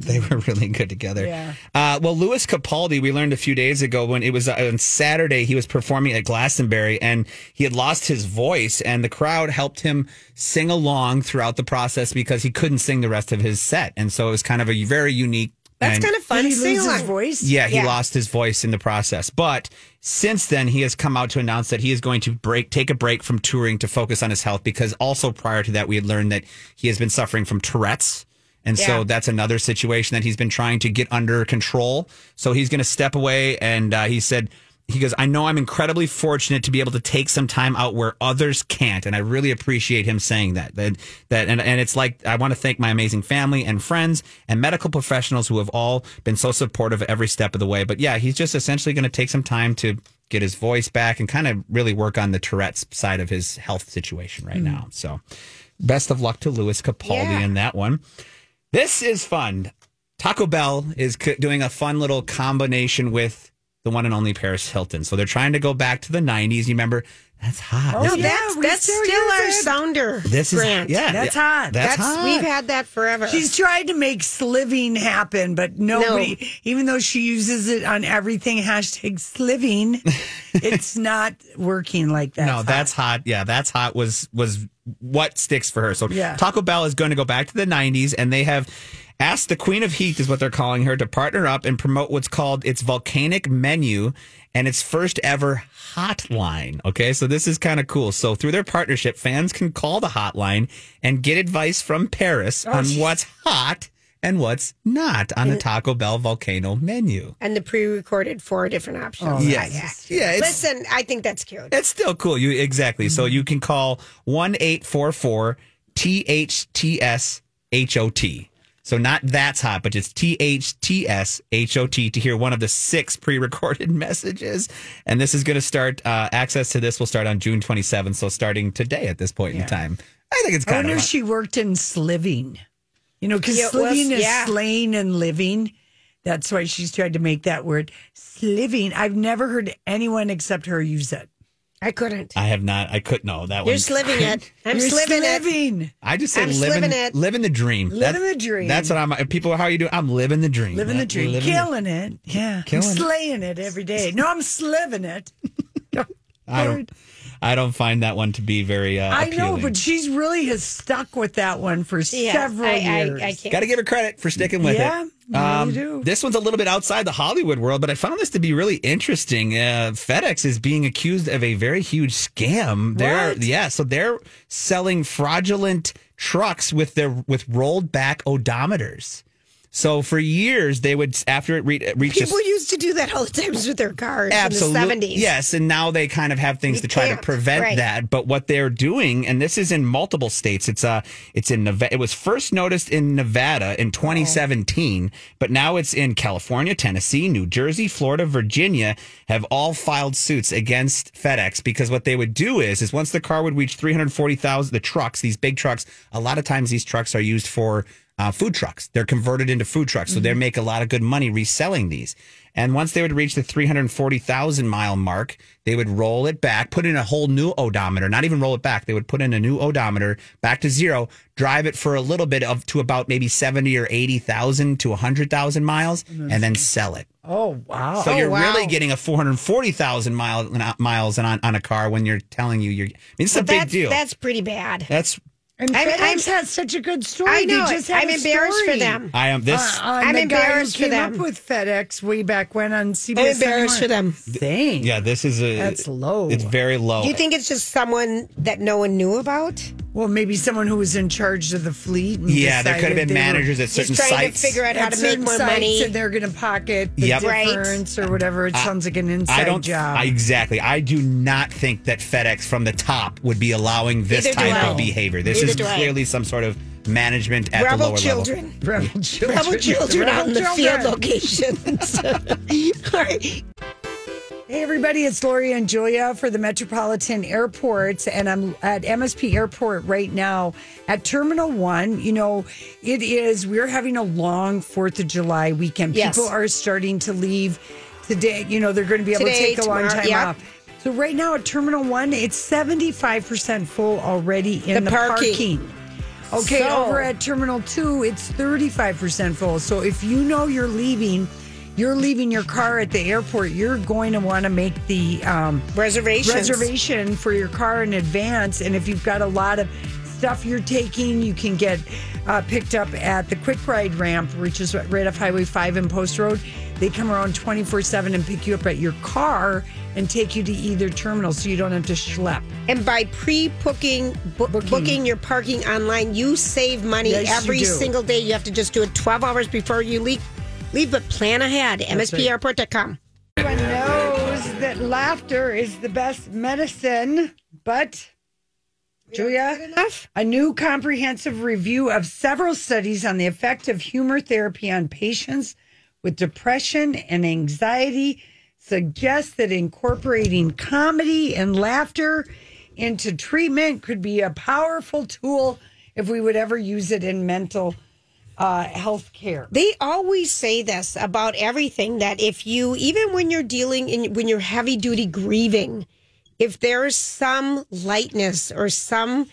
Speaker 1: [LAUGHS] They were really good together.
Speaker 3: Yeah.
Speaker 1: Uh, well, Louis Capaldi, we learned a few days ago when it was uh, on Saturday, he was performing at Glastonbury and he had lost his voice, and the crowd helped him sing along throughout the process because he couldn't sing the rest of his set. And so it was kind of a very unique.
Speaker 3: That's
Speaker 1: and-
Speaker 3: kind of fun.
Speaker 4: Did he
Speaker 3: to sing
Speaker 4: lose his
Speaker 3: along.
Speaker 4: voice?
Speaker 1: yeah, he lost his voice in the process. But since then, he has come out to announce that he is going to break, take a break from touring to focus on his health. Because also prior to that, we had learned that he has been suffering from Tourette's. And
Speaker 3: Yeah.
Speaker 1: so that's another situation that he's been trying to get under control. So he's going to step away. And uh, he said, he goes, I know I'm incredibly fortunate to be able to take some time out where others can't. And I really appreciate him saying that. That, that and, and it's like, I want to thank my amazing family and friends and medical professionals who have all been so supportive every step of the way. But yeah, he's just essentially going to take some time to get his voice back and kind of really work on the Tourette's side of his health situation right now. So best of luck to Louis Capaldi in that one. This is fun. Taco Bell is c- doing a fun little combination with the one and only Paris Hilton. So they're trying to go back to the 90s. You remember? That's hot.
Speaker 3: No,
Speaker 1: This-
Speaker 3: that's
Speaker 4: Oh, we
Speaker 3: that's
Speaker 4: still
Speaker 3: still
Speaker 4: use
Speaker 3: our
Speaker 4: it.
Speaker 3: sounder.
Speaker 1: This is-
Speaker 3: brand.
Speaker 1: yeah,
Speaker 4: That's
Speaker 1: yeah.
Speaker 4: hot.
Speaker 1: That's hot.
Speaker 3: We've had that forever.
Speaker 4: She's tried to make sliving happen, but nobody, even though she uses it on everything, hashtag
Speaker 3: [LAUGHS]
Speaker 4: sliving, it's not working like that.
Speaker 1: no, that's hot. Yeah, that's hot was was what sticks for her. So
Speaker 4: Yeah.
Speaker 1: Taco Bell is going to go back to the 90s and they have asked the Queen of Heat is what they're calling her to partner up and promote what's called its volcanic menu and its first ever hotline. Okay? So this is kind of cool. So through their Oh, partnership, fans can call the hotline and get advice from Paris on what's hot and what's not on the Taco Bell volcano menu.
Speaker 3: and the pre-recorded four different options.
Speaker 1: Oh, Yes. that's Yeah, it's-
Speaker 3: Listen, I think that's cute.
Speaker 1: It's still cool. You exactly. So
Speaker 4: Mm-hmm.
Speaker 1: you can call one eight four four T H T S H O T. So not that's hot, but it's T H T S H O T to hear one of the six pre-recorded [LAUGHS] messages. And this is going to start. Uh, access to this will start on June 27th. So starting today at this point in time, I think it's
Speaker 4: I
Speaker 1: kind
Speaker 4: wonder
Speaker 1: of.
Speaker 4: if she worked in Sliving. You know, because
Speaker 3: Yeah, well,
Speaker 4: Sliving is
Speaker 3: yeah.
Speaker 4: slaying and living. That's why she's tried to make that word sliving. I've never heard anyone except her use it.
Speaker 3: I couldn't.
Speaker 1: I have not. I could no that
Speaker 3: You're
Speaker 1: one's-
Speaker 3: sliving it. I'm
Speaker 4: You're
Speaker 3: sliving it.
Speaker 4: sliving.
Speaker 1: [LAUGHS] I just say
Speaker 3: I'm
Speaker 1: living,
Speaker 3: sliving it.
Speaker 1: living the dream.
Speaker 4: Living the dream.
Speaker 1: That's what I'm. People, how are you doing? I'm living the dream.
Speaker 4: Living the dream,
Speaker 1: Living the-
Speaker 4: killing it. Yeah,
Speaker 1: Killing it.
Speaker 4: I'm slaying it every day. No, I'm sliving it.
Speaker 1: I don't. I don't find that one to be very. Uh,
Speaker 4: I know,
Speaker 1: appealing.
Speaker 4: but she's really has stuck with that one for
Speaker 3: Yeah,
Speaker 4: several
Speaker 3: I- I-
Speaker 4: years.
Speaker 3: I can't.
Speaker 1: Got to give her credit for sticking with
Speaker 4: Yeah,
Speaker 1: it. Um,
Speaker 4: you do.
Speaker 1: This one's a little bit outside the Hollywood world, but I found this to be really interesting. Uh, FedEx is being accused of a very huge scam. They're yeah, so they're selling fraudulent trucks with their with rolled back odometers. So for years they would after it re- reaches
Speaker 3: People used to do that all the times with their cars
Speaker 1: Absolutely.
Speaker 3: in the 70s.
Speaker 1: Yes, and now they kind of have things
Speaker 3: You
Speaker 1: to try to
Speaker 3: can't.
Speaker 1: prevent
Speaker 3: Right.
Speaker 1: that. But what they're doing, and this is in multiple states. It's uh, it's in Nevada. It was first noticed in Nevada
Speaker 3: Oh.
Speaker 1: in 2017, but now it's in California, Tennessee, New Jersey, Florida, Virginia. Have all filed suits against FedEx because what they would do is, is once the car would reach 340,000, the trucks, these big trucks. A lot of times, these trucks are used for uh, food trucks. They're converted into food trucks, so
Speaker 3: Mm-hmm.
Speaker 1: they make a lot of good money reselling these. And once they would reach the 340,000 mile mark, they would roll it back, put in a whole new odometer, not even roll it back. They would put in a new odometer back to zero, drive it for a little bit of to about maybe 70 or 80,000 to 100,000 miles, and then sell it.
Speaker 4: Oh wow!
Speaker 1: So
Speaker 3: Mm-hmm. Oh,
Speaker 1: you're
Speaker 3: wow.
Speaker 1: really getting a 440,000 mile, uh, miles on, on a car when you're telling you you're, I mean, it's a big
Speaker 3: that's,
Speaker 1: deal.
Speaker 3: that's pretty bad.
Speaker 1: That's,
Speaker 4: and
Speaker 3: I'm-
Speaker 4: FedEx
Speaker 3: I'm-
Speaker 4: has such a good story.
Speaker 3: I know.
Speaker 4: They just had
Speaker 3: I'm
Speaker 4: a
Speaker 3: embarrassed
Speaker 4: story.
Speaker 3: for them.
Speaker 1: I am this.
Speaker 4: Uh, on
Speaker 3: I'm
Speaker 4: the guy who
Speaker 3: embarrassed for
Speaker 4: came
Speaker 3: them.
Speaker 4: up with FedEx way back when on CBS.
Speaker 3: I'm embarrassed
Speaker 4: Sunday
Speaker 3: for them.
Speaker 4: Morning. Dang.
Speaker 1: yeah, this is a,
Speaker 4: That's low.
Speaker 1: It's very low.
Speaker 3: Do you think it's just someone that no one knew about?
Speaker 4: Well, maybe someone who was in charge of the fleet. And
Speaker 1: yeah, there could
Speaker 4: decided
Speaker 1: have been
Speaker 4: they were
Speaker 1: managers at certain
Speaker 3: Just trying
Speaker 1: sites.
Speaker 3: to figure out how
Speaker 4: at
Speaker 3: to make
Speaker 4: certain
Speaker 3: more
Speaker 4: sites
Speaker 3: money.
Speaker 4: and they're going to pocket the
Speaker 1: Yep. Right.
Speaker 4: difference or whatever. It sounds like an inside
Speaker 1: I don't
Speaker 4: job.
Speaker 1: I- exactly. I do not think that FedEx from the top would be allowing this
Speaker 3: Neither do
Speaker 1: type
Speaker 3: I.
Speaker 1: of behavior. This
Speaker 3: Neither
Speaker 1: is
Speaker 3: do I.
Speaker 1: clearly some sort of management at the
Speaker 3: Rebel
Speaker 1: lower level.
Speaker 3: children.
Speaker 4: [LAUGHS] Rebel children.
Speaker 3: Rebel children
Speaker 4: Rebel
Speaker 3: on the
Speaker 4: children.
Speaker 3: field locations. [LAUGHS]
Speaker 4: [LAUGHS]
Speaker 3: All right.
Speaker 4: Hey everybody, it's Lori and Julia for the Metropolitan Airports, and I'm at MSP Airport right now at Terminal One. You know, it is we're having a long Fourth of July weekend.
Speaker 3: Yes.
Speaker 4: People are starting to leave today. You know, they're going to be able
Speaker 3: Today,
Speaker 4: to take a long
Speaker 3: tomorrow,
Speaker 4: time
Speaker 3: yep.
Speaker 4: off. So right now at Terminal One, it's seventy five percent full already in
Speaker 3: The
Speaker 4: the,
Speaker 3: parking.
Speaker 4: parking. Okay,
Speaker 3: So-
Speaker 4: over at Terminal 2, it's 35% full. So if you know you're leaving, you're leaving your car at the airport, you're going to want to make the um,
Speaker 3: Reservations.
Speaker 4: reservation for your car in advance. And if you've got a lot of stuff you're taking, you can get uh, picked up at the Quick Ride ramp, which is right off Highway 5 and Post Road. They come around 24 7 and pick you up at your car and take you to either terminal so you don't have to schlep.
Speaker 3: And by pre-booking bu- booking. your parking online, you save money
Speaker 4: Yes, you
Speaker 3: every
Speaker 4: do.
Speaker 3: single day. You have to just do it 12 hours before you leave. Leave, but plan ahead. MSPAirport.com.
Speaker 4: Everyone knows that laughter is the best medicine, but Julia,
Speaker 3: Enough?
Speaker 4: a new comprehensive review of several studies on the effect of humor therapy on patients with depression and anxiety suggests that incorporating comedy and laughter into treatment could be a powerful tool if we would ever use it in mental uh, health care.
Speaker 3: They always say this about everything that if you, even when you're dealing in, when you're heavy duty grieving, if there's some lightness or some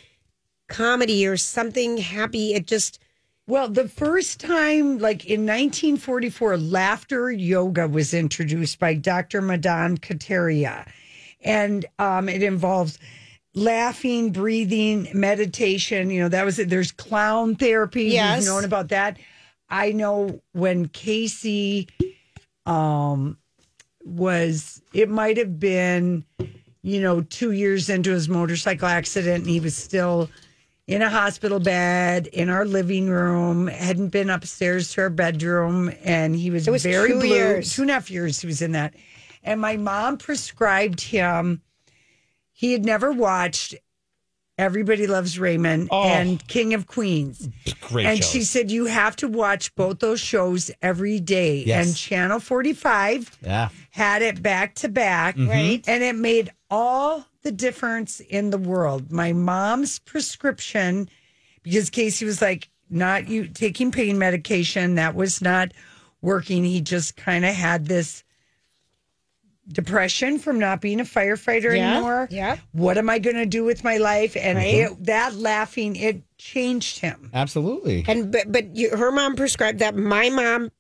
Speaker 3: comedy or something happy, it just,
Speaker 4: Well, the first time, like in 1944, laughter yoga was introduced by Dr. Madan Kateria. And um, it involves laughing, breathing, meditation. You know, that was it. There's clown therapy.
Speaker 3: Yes.
Speaker 4: You've known about that. I know when Casey um, was, it might have been, you know, two years into his motorcycle accident and he was still in a hospital bed in our living room, hadn't been upstairs to our bedroom, and he was,
Speaker 3: It was
Speaker 4: very
Speaker 3: two
Speaker 4: blue.
Speaker 3: years.
Speaker 4: Two and a half years he was in that. And my mom prescribed him, he had never watched Everybody Loves Raymond and King of Queens.
Speaker 1: Great
Speaker 4: and
Speaker 1: shows.
Speaker 4: she said, You have to watch both those shows every day.
Speaker 1: Yes.
Speaker 4: And Channel 45
Speaker 3: [LAUGHS]
Speaker 1: Yeah.
Speaker 4: had it back to back,
Speaker 1: Mhm. Right.
Speaker 4: And it made all the difference in the world. My mom's prescription, because Casey was like, not you taking pain medication, that was not working. He just kind of had this depression from not being a firefighter
Speaker 3: Yeah,
Speaker 4: anymore.
Speaker 3: yeah.
Speaker 4: What am I going to do with my life? And
Speaker 1: Right.
Speaker 4: it, that laughing, it changed him.
Speaker 1: Absolutely.
Speaker 3: And but but you, her mom prescribed that. My mom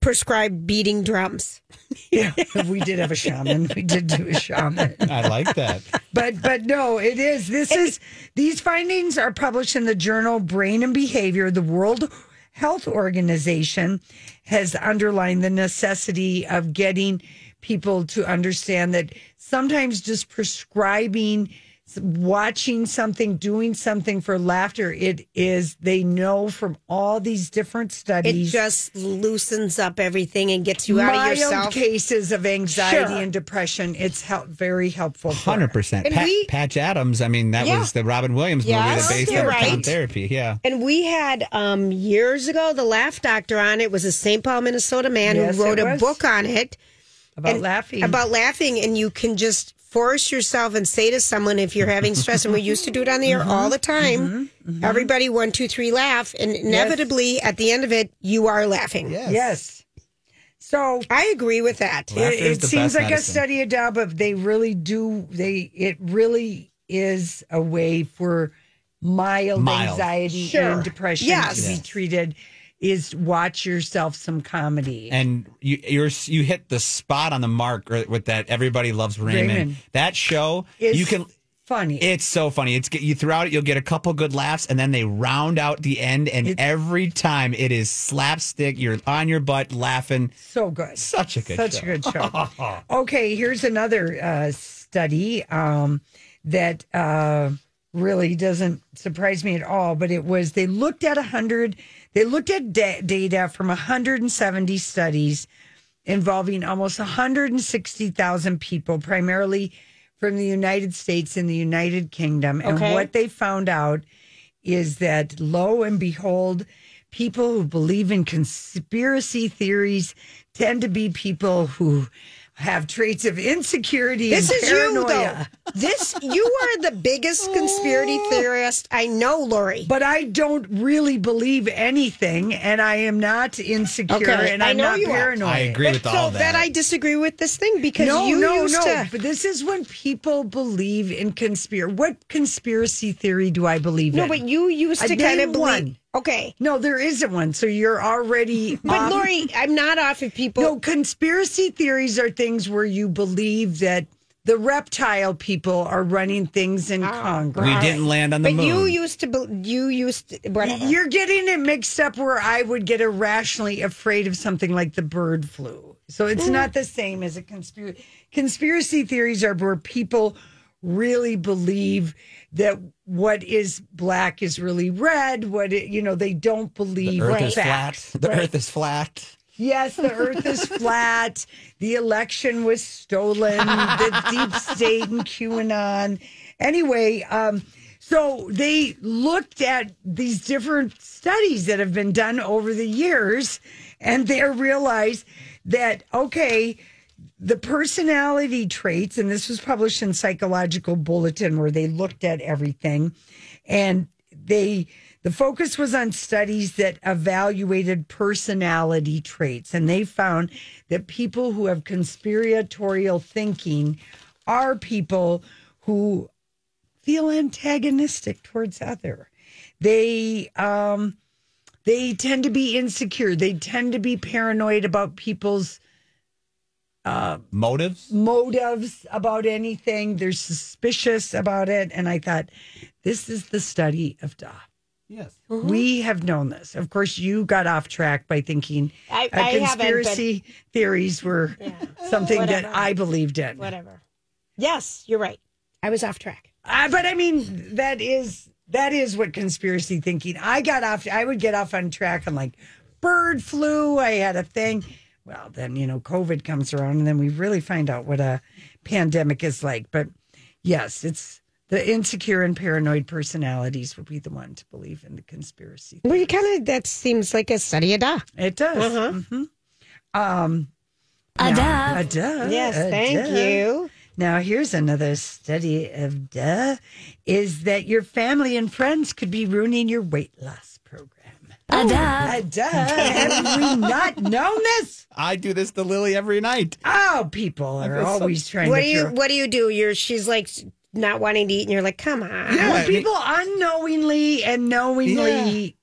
Speaker 3: prescribed beating drums.
Speaker 4: Yeah. [LAUGHS] we did have a shaman. We did do a shaman.
Speaker 1: I like that.
Speaker 4: But but no, it is. This is these findings are published in the journal Brain and Behavior. The World Health Organization has underlined the necessity of getting people to understand that sometimes just prescribing watching something doing something for laughter it is they know from all these different
Speaker 3: It
Speaker 4: studies
Speaker 3: just loosens up everything and gets you out of
Speaker 4: mild
Speaker 3: yourself.
Speaker 4: cases of anxiety
Speaker 3: Sure.
Speaker 4: and depression it's help, very helpful for
Speaker 1: Hundred percent.
Speaker 3: And
Speaker 1: Pat,
Speaker 3: we-
Speaker 1: Patch Adams. I mean, that
Speaker 3: Yeah.
Speaker 1: was the Robin Williams movie
Speaker 3: Yes,
Speaker 1: that based
Speaker 3: you're
Speaker 1: on
Speaker 3: right.
Speaker 1: right. therapy. Yeah,
Speaker 3: And we had um, years ago the Laugh Doctor on. It was a St. Paul, Minnesota man
Speaker 4: Yes,
Speaker 3: who wrote
Speaker 4: it
Speaker 3: a
Speaker 4: was.
Speaker 3: book on it
Speaker 4: about
Speaker 3: and-
Speaker 4: laughing
Speaker 3: about laughing. And you can just force yourself and say to someone if you're having stress. and we used to do it on the air all the time. Mm-hmm. Everybody, one, two, three, laugh. And inevitably, at the end of it, you are laughing.
Speaker 1: yes,
Speaker 4: Yes. So
Speaker 3: I agree with that.
Speaker 1: Laughter
Speaker 4: it,
Speaker 1: is
Speaker 4: it
Speaker 1: the
Speaker 4: seems
Speaker 1: best
Speaker 4: like a
Speaker 1: medicine.
Speaker 4: study of doubt, but they really do. They it really is a way for mild,
Speaker 1: Mild.
Speaker 4: anxiety
Speaker 3: Sure.
Speaker 4: and depression
Speaker 3: Yes.
Speaker 4: to be treated. Is watch yourself some comedy.
Speaker 1: And you you're, you hit the spot on the mark or- with that. Everybody loves Raymond.
Speaker 4: Raymond.
Speaker 1: That show
Speaker 4: It's
Speaker 1: you can.
Speaker 4: funny.
Speaker 1: It's so funny. It's get you throughout it. You'll get a couple good laughs, and then they round out the end. And every time it is slapstick. You're on your butt laughing.
Speaker 4: so good.
Speaker 1: Such a good
Speaker 4: Such
Speaker 1: show.
Speaker 4: a good
Speaker 1: [LAUGHS]
Speaker 4: show. okay, here's another uh, study um, that uh, really doesn't surprise me at all. But it was they looked at a hundred. They looked at da- data from 170 studies involving almost 160,000 people, primarily from the United States and the United Kingdom.
Speaker 3: Okay.
Speaker 4: And what they found out is that lo and behold, people who believe in conspiracy theories tend to be people who have traits of insecurity.
Speaker 3: This
Speaker 4: and
Speaker 3: is you, though.
Speaker 4: paranoia.
Speaker 3: This you are the [LAUGHS] biggest conspiracy theorist I know, Lori.
Speaker 4: But I don't really believe anything, and I am not insecure,
Speaker 3: Okay,
Speaker 4: and
Speaker 3: I
Speaker 4: I'm
Speaker 3: know
Speaker 4: not
Speaker 3: you are.
Speaker 4: paranoid.
Speaker 1: I agree with
Speaker 3: so
Speaker 1: all
Speaker 3: that.
Speaker 1: that.
Speaker 3: I disagree with this thing because
Speaker 4: no,
Speaker 3: you
Speaker 4: no,
Speaker 3: used
Speaker 4: no.
Speaker 3: to.
Speaker 4: But this is when people believe in conspiracy. What conspiracy theory do I believe
Speaker 3: No,
Speaker 4: in?
Speaker 3: but you used
Speaker 4: I
Speaker 3: to kind of
Speaker 4: named
Speaker 3: believe.
Speaker 4: one.
Speaker 3: Okay,
Speaker 4: no, there isn't one. So you're already.
Speaker 3: but
Speaker 4: off
Speaker 3: Lori, I'm not off of people.
Speaker 4: no, conspiracy theories are things where you believe that the reptile people are running things in Congress.
Speaker 1: we didn't land on the
Speaker 3: but
Speaker 1: moon.
Speaker 3: you used to. bel- You used to, whatever.
Speaker 4: You're getting it mixed up where I would get irrationally afraid of something like the bird flu. So it's not the same as a conspiracy. Conspiracy theories are where people really believe that what is black is really red. What it, you know, they don't
Speaker 1: the
Speaker 4: believe
Speaker 1: Earth
Speaker 4: facts.
Speaker 1: is flat. The Earth is flat.
Speaker 4: Yes, the earth is flat. The election was stolen. The deep state and QAnon. Anyway, um, so they looked at these different studies that have been done over the years, and they realized that, okay, the personality traits, and this was published in Psychological Bulletin, where they looked at everything, and they the focus was on studies that evaluated personality traits, and they found that people who have conspiratorial thinking are people who feel antagonistic towards other. They um, they tend to be insecure. They tend to be paranoid about people's
Speaker 1: Motives.
Speaker 4: motives about anything. They're suspicious about it. And I thought, this is the study of Da.
Speaker 1: Yes.
Speaker 3: Mm-hmm.
Speaker 4: We have known this. Of course, you got off track by thinking
Speaker 3: I-
Speaker 4: uh,
Speaker 3: I haven't, but-
Speaker 4: conspiracy theories were something that I believed in.
Speaker 3: whatever. Yes, you're right. I was off track.
Speaker 4: Uh, but I mean, that is That is what conspiracy thinking. I got off. I would get off on track on like bird flu. I had a thing. Well, then you know, COVID comes around, and then we really find out what a pandemic is like. But yes, it's the insecure and paranoid personalities would be the one to believe in the conspiracy.
Speaker 3: Well, you kind of that seems like a study of da.
Speaker 4: It does.
Speaker 3: Uh-huh.
Speaker 4: hmm Um,
Speaker 3: A
Speaker 4: now-
Speaker 3: duh.
Speaker 4: a duh,
Speaker 3: Yes,
Speaker 4: Uh, a
Speaker 3: thank
Speaker 4: duh.
Speaker 3: you.
Speaker 4: Now, here's another study of duh is that your family and friends could be ruining your weight loss program. A duh. A duh. Have we not known this?
Speaker 1: I do this to Lily every night.
Speaker 4: Oh, people are
Speaker 1: feel so-
Speaker 4: always trying
Speaker 3: What
Speaker 4: to
Speaker 3: do you
Speaker 4: throw-
Speaker 3: What do you do? You're she's like not wanting to eat, and you're like, come on.
Speaker 4: Well,
Speaker 1: I mean-
Speaker 4: people unknowingly and knowingly.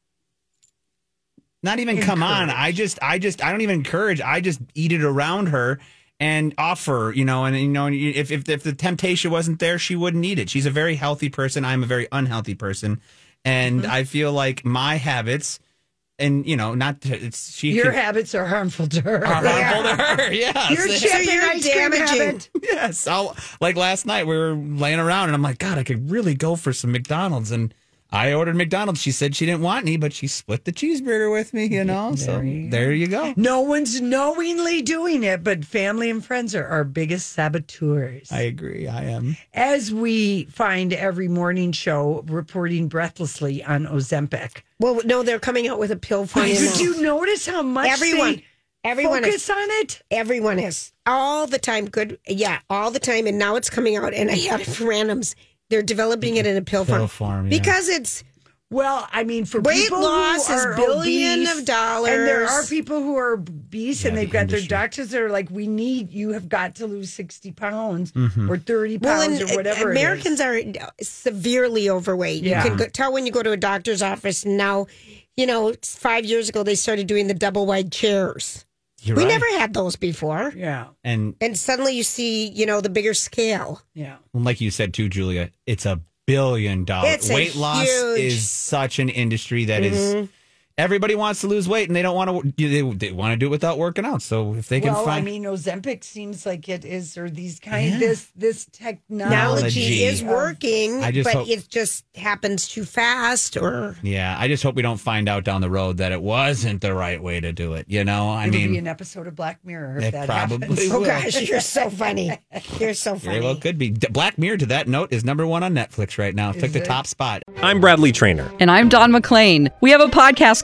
Speaker 1: Not even come on. I just, I just, I don't even encourage. I just eat it around her and offer, you know, and you know, and if if, if the temptation wasn't there, she wouldn't eat it. She's a very healthy person. I'm a very unhealthy person, and
Speaker 4: Mm-hmm.
Speaker 1: I feel like my habits, and you know, not to, it's she.
Speaker 4: Your
Speaker 1: could-
Speaker 4: habits are harmful to her.
Speaker 1: Are harmful to her, [LAUGHS] yes.
Speaker 4: Your
Speaker 1: So
Speaker 4: chip and
Speaker 3: you're
Speaker 4: ice cream
Speaker 3: damaging.
Speaker 4: habit.
Speaker 1: Yes. I'll, like last night, we were laying around, and I'm like, God, I could really go for some McDonald's. And I ordered McDonald's. She said she didn't want any, but she split the cheeseburger with me, you know? so there you go.
Speaker 4: No one's knowingly doing it, but family and friends are our biggest saboteurs.
Speaker 1: I agree. I am.
Speaker 4: As we find every morning show reporting breathlessly on Ozempic.
Speaker 3: Well, no, they're coming out with a pill for you.
Speaker 4: Did
Speaker 3: now.
Speaker 4: you notice how much
Speaker 3: Everyone.
Speaker 4: they
Speaker 3: Everyone
Speaker 4: focus
Speaker 3: is.
Speaker 4: on it?
Speaker 3: Everyone is all the time. Good, yeah, all the time. And now it's coming out, and I had it for [LAUGHS] randoms. They're developing it in a pill,
Speaker 1: Pill
Speaker 3: form,
Speaker 1: form, yeah.
Speaker 3: because it's
Speaker 4: Well, I mean, for
Speaker 3: Weight
Speaker 4: people
Speaker 3: loss
Speaker 4: who
Speaker 3: is
Speaker 4: are
Speaker 3: billion
Speaker 4: obese,
Speaker 3: of dollars.
Speaker 4: and there are people who are obese and
Speaker 1: Yeah,
Speaker 4: they've
Speaker 1: the
Speaker 4: got
Speaker 1: industry.
Speaker 4: their doctors that are like, "We need you have got to lose sixty pounds
Speaker 1: Mhm.
Speaker 4: or thirty
Speaker 3: well,
Speaker 4: pounds
Speaker 3: and
Speaker 4: or whatever." it
Speaker 3: Americans
Speaker 4: is.
Speaker 3: are uh, severely overweight.
Speaker 4: Yeah.
Speaker 3: You can go, tell when you go to a doctor's office. And now, you know, five years ago they started doing the double wide chairs.
Speaker 1: You're
Speaker 3: we
Speaker 1: right.
Speaker 3: never had those before,
Speaker 4: Yeah,
Speaker 1: And
Speaker 3: and suddenly you see, you know, the bigger scale.
Speaker 4: yeah.
Speaker 1: like you said too, Julia, it's a billion dollars.
Speaker 3: It's a
Speaker 1: Weight loss
Speaker 3: huge-
Speaker 1: is such an industry that is. Everybody wants to lose weight, and they don't want to. They, they want to do it without working out. So if they can
Speaker 4: well,
Speaker 1: find,
Speaker 4: I mean, Ozempic seems like it is, or these kind this this technology.
Speaker 3: Technology is working,
Speaker 1: I just
Speaker 3: but
Speaker 1: hope-
Speaker 3: it just happens too fast, or
Speaker 1: Yeah, I just hope we don't find out down the road that it wasn't the right way to do it. You know, I
Speaker 4: It'll be
Speaker 1: mean,
Speaker 4: an episode of Black Mirror.
Speaker 1: It
Speaker 4: If that
Speaker 1: probably
Speaker 4: happens.
Speaker 1: will.
Speaker 3: oh gosh, you're so funny. You're so funny.
Speaker 1: very well could be. D- Black Mirror, to that note, is number one on Netflix right now. Took the top spot.
Speaker 12: I'm Bradley Trainer.
Speaker 13: And I'm Don McClain. We have a podcast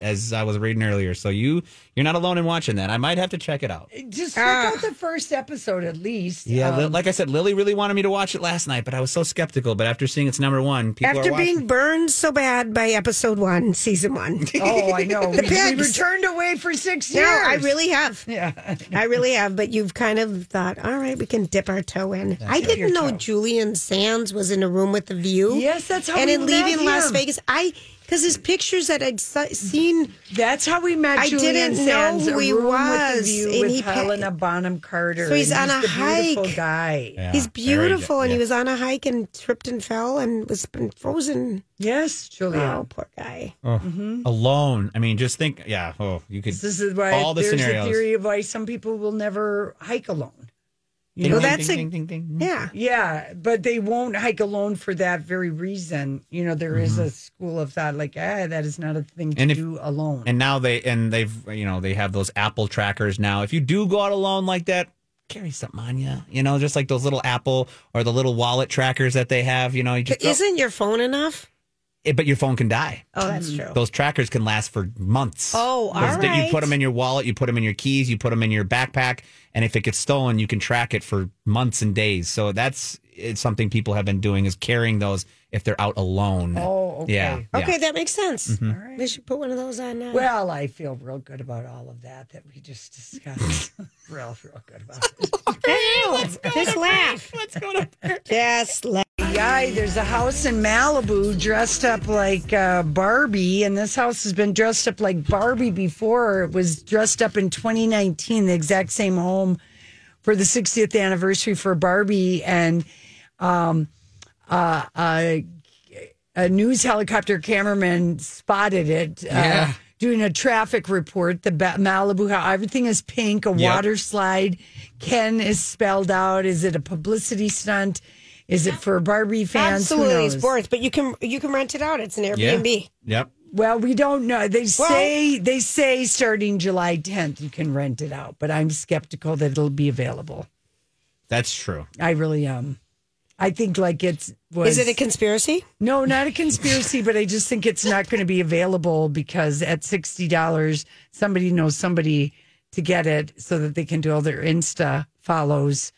Speaker 1: As I was reading earlier, so you you're not alone in watching that. I might have to check it out.
Speaker 4: Just check
Speaker 3: Ah.
Speaker 4: out the first episode at least.
Speaker 1: Yeah,
Speaker 4: Um,
Speaker 1: Li- like I said, Lily really wanted me to watch it last night, but I was so skeptical. But after seeing it's number one, people
Speaker 3: After
Speaker 1: are watching.
Speaker 3: being burned so bad by episode one, season one.
Speaker 1: [LAUGHS]
Speaker 4: oh, I know.
Speaker 3: [LAUGHS] The
Speaker 4: we, we
Speaker 3: pigs.
Speaker 4: were turned away for six
Speaker 3: No,
Speaker 4: years.
Speaker 3: I really have.
Speaker 4: Yeah.
Speaker 3: I really have, but you've kind of thought, all right, we can dip our toe in. I
Speaker 4: Dip your
Speaker 3: didn't know
Speaker 4: toe.
Speaker 3: Julian Sands was in a room with The View.
Speaker 4: Yes, that's how
Speaker 3: And
Speaker 4: we
Speaker 3: in
Speaker 4: met
Speaker 3: leaving Las
Speaker 4: him.
Speaker 3: Vegas, I because his pictures that I'd se- seen,
Speaker 4: That's how we met.
Speaker 3: I
Speaker 4: Julian
Speaker 3: didn't know
Speaker 4: Sands,
Speaker 3: who
Speaker 4: a
Speaker 3: he
Speaker 4: room
Speaker 3: was,
Speaker 4: With, the view
Speaker 3: and
Speaker 4: with
Speaker 3: he pa-
Speaker 4: Helena Bonham Carter.
Speaker 3: So he's
Speaker 4: and
Speaker 3: on
Speaker 4: he's
Speaker 3: a
Speaker 4: the beautiful
Speaker 3: hike.
Speaker 4: Guy.
Speaker 1: Yeah,
Speaker 3: he's
Speaker 1: very
Speaker 3: beautiful,
Speaker 1: good,
Speaker 3: and he
Speaker 1: yeah.
Speaker 3: was on a hike and tripped and fell and was been frozen.
Speaker 4: Yes, Julian.
Speaker 3: Oh, poor guy.
Speaker 1: Oh, alone. I mean, just think. Yeah. Oh, you could.
Speaker 4: This is why
Speaker 1: all the
Speaker 4: there's
Speaker 1: scenarios.
Speaker 4: a theory of why some people will never hike alone. You
Speaker 1: Ding,
Speaker 3: Well,
Speaker 1: ding,
Speaker 3: that's
Speaker 1: ding, ding,
Speaker 3: a-
Speaker 1: ding, ding.
Speaker 4: Mm-hmm.
Speaker 3: Yeah.
Speaker 4: Yeah, but they won't hike alone for that very reason. You know, there
Speaker 3: Mm-hmm.
Speaker 4: is a school of thought like, ah, that is not a thing to
Speaker 1: And if-
Speaker 4: do alone.
Speaker 1: And now they and they've you know they have those Apple trackers now. If you do go out alone like that, carry something on you. You know, just like those little Apple or the little wallet trackers that they have. You know, you just
Speaker 3: But isn't your phone enough?
Speaker 1: it, but your phone can die.
Speaker 3: Oh, that's
Speaker 4: Mm-hmm.
Speaker 3: true.
Speaker 1: Those trackers can last for months.
Speaker 3: Oh, all
Speaker 1: 'Cause that You put
Speaker 3: right.
Speaker 1: them in your wallet, you put them in your keys, you put them in your backpack, and if it gets stolen, you can track it for months and days. So that's it's something people have been doing is carrying those if they're out alone.
Speaker 4: Oh, okay.
Speaker 1: yeah, yeah.
Speaker 3: Okay, that makes sense.
Speaker 1: Mhm.
Speaker 4: All right.
Speaker 3: We should put one of those on. Uh,
Speaker 4: Mm-hmm. Well, I feel real good about all of that that we just discussed. [LAUGHS] real, real good about it.
Speaker 3: [LAUGHS]
Speaker 4: [LAUGHS]
Speaker 3: just laugh. [LAUGHS]
Speaker 1: Let's go to
Speaker 3: Just laugh.
Speaker 4: guy, there's a house in Malibu dressed up like uh, Barbie, and this house has been dressed up like Barbie before. It was dressed up in 2019, the exact same home for the 60th anniversary for Barbie, and um, uh, uh, a news helicopter cameraman spotted it.
Speaker 1: Yeah.
Speaker 4: Uh, Doing a traffic report, the ba- Malibu, how everything is pink, a
Speaker 1: Yep.
Speaker 4: water slide. Ken is spelled out. Is it a publicity stunt? Is it for Barbie fans? Who
Speaker 3: Absolutely, it's
Speaker 4: knows?
Speaker 3: boring. But you can you can rent it out. It's an Airbnb.
Speaker 1: Yep.
Speaker 4: Well, we don't know. They
Speaker 3: Well-
Speaker 4: say they say starting July 10th you can rent it out, but I'm skeptical that it'll be available.
Speaker 1: That's true.
Speaker 4: I really am. I think like it's
Speaker 3: Is
Speaker 4: was
Speaker 3: it a conspiracy?
Speaker 4: no, not a conspiracy, but I just think it's not going to be available because at sixty dollars, somebody knows somebody to get it so that they can do all their Insta follows.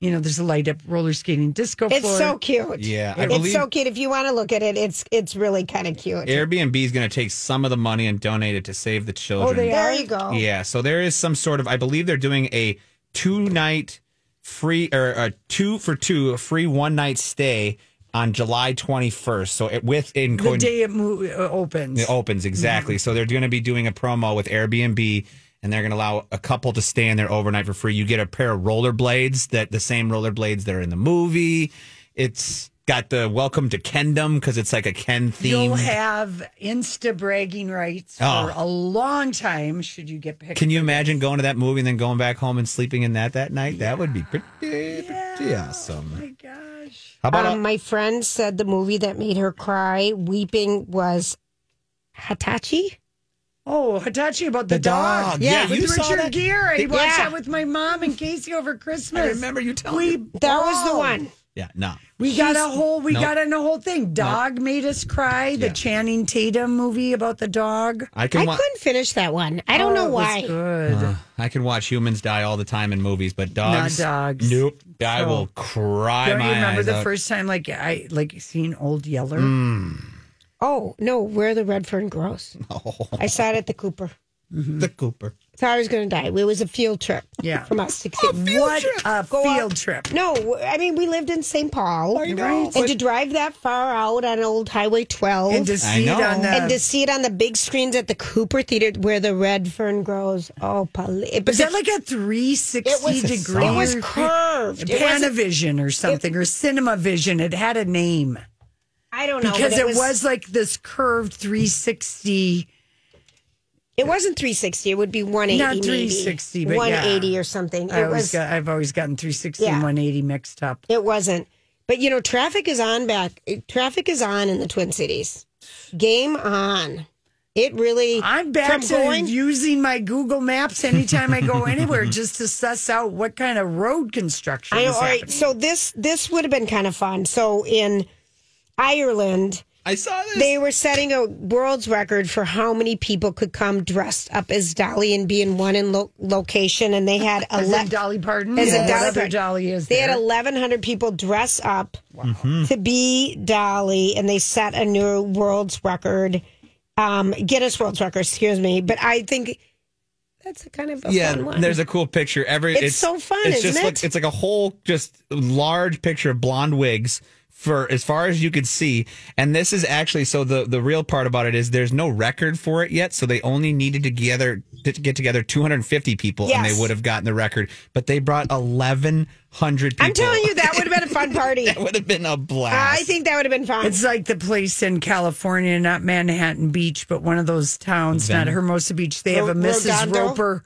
Speaker 4: You know, there's a light up roller skating disco.
Speaker 3: It's
Speaker 4: floor.
Speaker 3: so cute.
Speaker 1: Yeah, I
Speaker 3: it's
Speaker 1: believe-
Speaker 3: so cute. If you want to look at it, it's it's really kind of cute.
Speaker 1: Airbnb is going to take some of the money and donate it to save the children.
Speaker 3: Oh, there you go.
Speaker 1: Yeah, so there is some sort of. I believe they're doing a two night free or a two for two a free one night stay on July twenty first. So it, with in
Speaker 4: the day it mo- uh, opens.
Speaker 1: it opens exactly. So they're going to be doing a promo with Airbnb. And they're going to allow a couple to stay in there overnight for free. You get a pair of rollerblades that the same rollerblades that are in the movie. It's got the welcome to Kendom because it's like a Ken theme.
Speaker 4: You'll have Insta bragging rights
Speaker 1: Oh.
Speaker 3: Ah.
Speaker 4: for a long time should you get picked.
Speaker 1: Can you imagine going to that movie and then going back home and sleeping in that that night? That would be pretty, pretty awesome.
Speaker 4: Oh
Speaker 1: my gosh! How about
Speaker 3: Um, my friend said the movie that made her cry weeping was Hatachi.
Speaker 4: Oh, Hitachi about the,
Speaker 3: The
Speaker 4: dog.
Speaker 3: dog. Yeah,
Speaker 4: with
Speaker 3: you saw
Speaker 4: Richard
Speaker 3: that?
Speaker 4: Gere. I
Speaker 3: Yeah.
Speaker 4: watched that with my mom and Casey over Christmas.
Speaker 1: I remember you telling
Speaker 4: we
Speaker 1: me.
Speaker 3: That was the
Speaker 4: bawled.
Speaker 3: one.
Speaker 1: yeah, no.
Speaker 4: We got a whole we
Speaker 1: Nope.
Speaker 4: got in a whole thing. Dog made us cry. The Channing Tatum movie about the dog.
Speaker 1: I can
Speaker 3: I
Speaker 1: wa-
Speaker 3: couldn't finish that one. I don't
Speaker 4: Oh,
Speaker 3: know
Speaker 4: it was
Speaker 3: why.
Speaker 4: Good.
Speaker 1: Uh, I can watch humans die all the time in movies, but dogs,
Speaker 4: dogs.
Speaker 1: Nope, I
Speaker 4: No.
Speaker 1: will cry.
Speaker 4: Don't
Speaker 1: my
Speaker 4: you remember
Speaker 1: eyes
Speaker 4: the
Speaker 1: out. Mm.
Speaker 4: first time like I like seeing Old Yeller?
Speaker 3: Oh no, where the red
Speaker 1: [LAUGHS]
Speaker 3: fern grows.
Speaker 1: Oh,
Speaker 3: I saw it at the Cooper.
Speaker 1: the Cooper.
Speaker 3: Thought I was going to die. It was a field trip.
Speaker 4: Yeah.
Speaker 3: from us to Kissimmee.
Speaker 4: What a
Speaker 3: Go up-
Speaker 4: field trip.
Speaker 3: No, I mean we lived in St. Paul,
Speaker 1: I know,
Speaker 3: and
Speaker 1: but-
Speaker 3: to drive that far out on old Highway 12,
Speaker 4: And to
Speaker 1: I
Speaker 4: see it
Speaker 1: know.
Speaker 4: on the
Speaker 3: and to see it on the big screens at the Cooper Theater where the red fern grows. Oh, pali- it- but
Speaker 4: Was that
Speaker 3: the-
Speaker 4: like a 360
Speaker 3: It was-
Speaker 4: degree?
Speaker 3: it was curved. It wasn't-
Speaker 4: Panavision or something, or Cinema Vision. It had a name
Speaker 3: I don't know but
Speaker 4: because it, was, like this curved 360.
Speaker 3: It wasn't 360. It would be 180.
Speaker 4: Not
Speaker 3: maybe.
Speaker 4: 360, but yeah.
Speaker 3: 180 or something.
Speaker 4: I
Speaker 3: It
Speaker 4: always
Speaker 3: was.
Speaker 4: got, I've always gotten 360
Speaker 3: Yeah.
Speaker 4: and 180 mixed up.
Speaker 3: It wasn't. But you know, traffic is on back. Traffic is on in the Twin Cities. Game on. It really.
Speaker 4: I'm back
Speaker 3: from
Speaker 4: to
Speaker 3: going-
Speaker 4: using my Google Maps anytime I go anywhere just to suss out what kind of road construction
Speaker 3: I
Speaker 4: is
Speaker 3: know. All right.
Speaker 4: happening.
Speaker 3: So this this would have been kind of fun. So in Ireland,
Speaker 1: I saw this.
Speaker 3: they were setting a world's record for how many people could come dressed up as Dolly and be in one in lo- location, and they had
Speaker 4: As in
Speaker 3: ele-
Speaker 4: Dolly Parton?
Speaker 3: as in
Speaker 4: What
Speaker 3: Dolly
Speaker 4: other
Speaker 3: Parton.
Speaker 4: Dolly is
Speaker 3: They
Speaker 4: there?
Speaker 3: had 1,100 people dress up to be Dolly, and they set a new world's record, um, Guinness World's Record, excuse me. But I think that's a kind of a
Speaker 1: yeah,
Speaker 3: fun one.
Speaker 1: there's a cool picture. Every
Speaker 3: It's so fun,
Speaker 1: It's
Speaker 3: isn't
Speaker 1: just
Speaker 3: it?
Speaker 1: Like, it's like a whole just large picture of blonde wigs for as far as you could see. And this is actually so the the real part about it is there's no record for it yet, so they only needed to gather to get together 250 people, and
Speaker 3: Yes.
Speaker 1: they would have gotten the record. But they brought 1,100 people.
Speaker 3: I'm telling
Speaker 1: [LAUGHS]
Speaker 3: you, that would have been a fun party.
Speaker 1: that would have been a blast.
Speaker 3: I think that would have been fun.
Speaker 4: It's like the place in California, not Manhattan Beach, but one of those towns, not Hermosa Beach. They have a
Speaker 3: Ro-
Speaker 4: Mrs.
Speaker 3: Redondo?
Speaker 4: Roper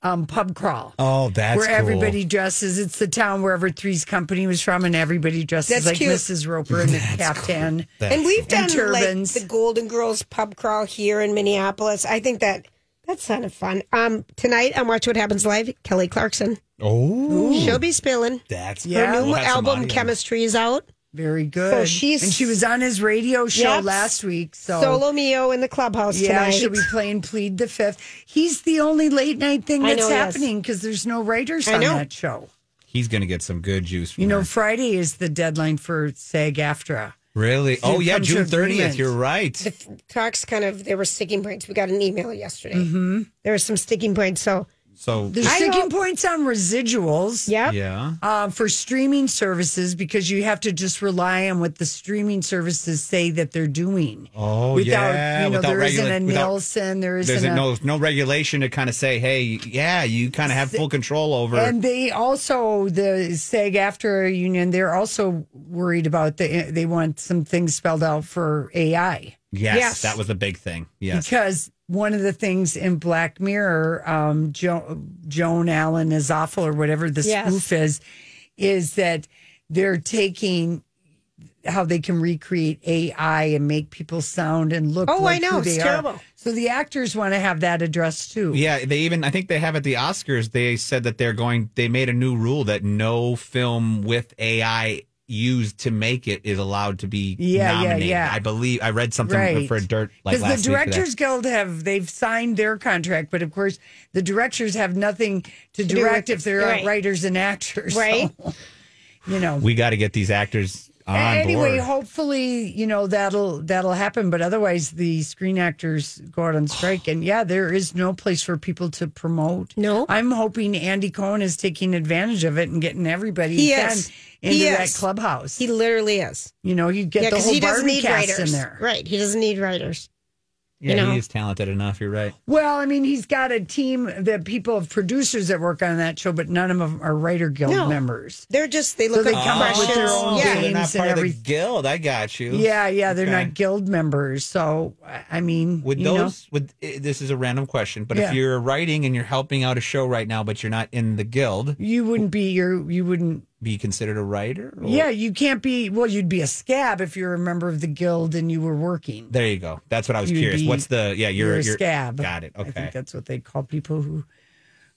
Speaker 4: um, pub crawl.
Speaker 1: Oh, that's
Speaker 4: where
Speaker 1: cool.
Speaker 4: everybody dresses. It's the town wherever Three's Company was from, and everybody dresses
Speaker 3: That's
Speaker 4: like
Speaker 3: cute.
Speaker 4: Mrs. Roper in a caftan.
Speaker 1: That's
Speaker 3: and
Speaker 1: cool.
Speaker 3: we've done
Speaker 4: And
Speaker 3: like
Speaker 4: turbans.
Speaker 3: the Golden Girls pub crawl here in Minneapolis. I think that that's kind of fun. Um, tonight on Watch What Happens Live, Kelly Clarkson.
Speaker 1: oh,
Speaker 3: She'll be spilling.
Speaker 1: that's
Speaker 4: Yeah.
Speaker 3: Her new
Speaker 1: We'll have some
Speaker 3: album
Speaker 1: audio.
Speaker 3: Chemistry is out.
Speaker 4: Very good.
Speaker 3: So she's-
Speaker 4: and she was on his radio show
Speaker 3: Yep.
Speaker 4: last week. So
Speaker 3: Solo Mio in the clubhouse
Speaker 4: yeah,
Speaker 3: tonight.
Speaker 4: she'll be playing Plead the Fifth. He's the only late night thing
Speaker 3: I
Speaker 4: that's
Speaker 3: know, yes.
Speaker 4: happening because there's no writers
Speaker 3: I
Speaker 4: on
Speaker 3: know.
Speaker 4: that show.
Speaker 1: He's gonna get some good juice. From
Speaker 4: You know,
Speaker 1: her.
Speaker 4: Friday is the deadline for SAG-AFTRA.
Speaker 1: really? Oh yeah,
Speaker 4: come to
Speaker 1: June 30th.
Speaker 4: agreement.
Speaker 1: You're right.
Speaker 4: [LAUGHS]
Speaker 3: the f- talks kind of there were sticking points. We got an email yesterday. Mm-hmm. There were some sticking points. So
Speaker 1: So
Speaker 4: There's sticking points on residuals.
Speaker 3: Yep.
Speaker 1: Yeah.
Speaker 4: Uh, for streaming services because you have to just rely on what the streaming services say that they're doing.
Speaker 1: Oh yeah,
Speaker 4: you know,
Speaker 1: without
Speaker 4: there isn't
Speaker 1: regula-
Speaker 4: a
Speaker 1: without-
Speaker 4: Nielsen, there
Speaker 1: there's
Speaker 4: isn't a,
Speaker 1: no no regulation to kind of say, hey, yeah, you kind of have full control over.
Speaker 4: And they also the SAG after union, they're also worried about the they want some things spelled out for AI.
Speaker 1: yes, that was the big thing. Yes,
Speaker 4: Because one of the things in Black Mirror, um, jo- Joan Allen is awful or whatever the
Speaker 3: Yes.
Speaker 4: spoof is, is that they're taking how they can recreate AI and make people sound and look.
Speaker 3: Oh, I
Speaker 4: like
Speaker 3: know.
Speaker 4: who
Speaker 3: It's
Speaker 4: they are.
Speaker 3: terrible.
Speaker 4: So the actors want to have that addressed too.
Speaker 1: yeah, they even I think they have at the Oscars. They said that they're going. They made a new rule that no film with AI used to make it is allowed to be
Speaker 4: Yeah, yeah,
Speaker 1: nominated.
Speaker 4: yeah.
Speaker 1: I believe I read something
Speaker 4: Right.
Speaker 1: for Dirt like
Speaker 4: Because
Speaker 1: last
Speaker 4: the
Speaker 1: week for that.
Speaker 4: Directors Guild have they've signed their contract, but of course the directors have nothing to
Speaker 3: do with-
Speaker 4: direct if there
Speaker 3: right.
Speaker 4: aren't writers and actors. so,
Speaker 3: Right.
Speaker 4: [LAUGHS] you know.
Speaker 1: We got to get these actors on
Speaker 4: anyway,
Speaker 1: board.
Speaker 4: hopefully, you know, that'll that'll happen. But otherwise the screen actors go out on strike and yeah, there is no place for people to promote.
Speaker 3: No.
Speaker 4: I'm hoping Andy Cohen is taking advantage of it and getting everybody
Speaker 3: He
Speaker 4: can
Speaker 3: is.
Speaker 4: into
Speaker 3: He
Speaker 4: that
Speaker 3: is.
Speaker 4: clubhouse.
Speaker 3: He literally is.
Speaker 4: you know, you get
Speaker 3: yeah,
Speaker 4: the
Speaker 3: because
Speaker 4: whole
Speaker 3: he doesn't
Speaker 4: Barbie
Speaker 3: need
Speaker 4: cast
Speaker 3: writers.
Speaker 4: in there.
Speaker 3: Right. He doesn't need writers.
Speaker 1: yeah,
Speaker 3: you know.
Speaker 1: he is talented enough. You're right.
Speaker 4: Well, I mean, he's got a team that people of producers that work on that show, but none of them are writer guild
Speaker 3: No.
Speaker 4: members.
Speaker 3: They're just they
Speaker 4: So
Speaker 3: look
Speaker 4: they
Speaker 3: like
Speaker 4: come up Ah, with their
Speaker 3: brushes.
Speaker 4: own
Speaker 1: so
Speaker 3: Yeah.
Speaker 1: they're not
Speaker 4: games and
Speaker 1: part of the
Speaker 4: everything.
Speaker 1: guild. I got you.
Speaker 4: Yeah, yeah, they're
Speaker 1: Okay.
Speaker 4: not guild members. So I- I mean,
Speaker 1: Would
Speaker 4: you know.
Speaker 1: those? Would eh, this is a random question, but
Speaker 4: Yeah.
Speaker 1: if you're writing and you're helping out a show right now, but you're not in the guild,
Speaker 4: you wouldn't be your you wouldn't.
Speaker 1: be considered a writer? Or-
Speaker 4: Yeah, you can't be. Well, you'd be a scab if you're a member of the guild and you were working.
Speaker 1: There you go. That's what I was
Speaker 4: You'd
Speaker 1: curious.
Speaker 4: be-
Speaker 1: What's the? Yeah, you're,
Speaker 4: you're, a scab.
Speaker 1: Got it.
Speaker 4: I think
Speaker 1: Okay.
Speaker 4: that's what they call people who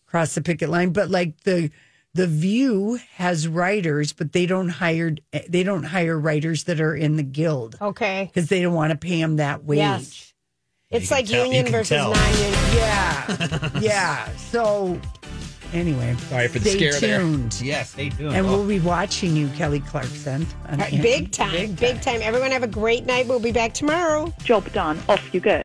Speaker 4: cross the picket line. But like the the View has writers, but they don't hired they don't hire writers that are in the guild
Speaker 3: Okay.
Speaker 4: because they don't want to pay them that wage.
Speaker 3: Yes. It's like
Speaker 1: tell- you
Speaker 3: union
Speaker 1: can
Speaker 3: versus
Speaker 1: tell.
Speaker 3: non-union.
Speaker 4: Yeah, [LAUGHS] yeah. So anyway,
Speaker 1: Sorry for the
Speaker 4: stay
Speaker 1: scare [LAUGHS]
Speaker 4: tuned.
Speaker 1: there. Yes, stay tuned.
Speaker 4: And
Speaker 1: Oh.
Speaker 4: we'll be watching you, Kelly Clarkson. on
Speaker 3: All right,
Speaker 4: Amazon.
Speaker 3: big time. Big time. Everyone have a great night. We'll be back tomorrow.
Speaker 14: Job done. Off you go.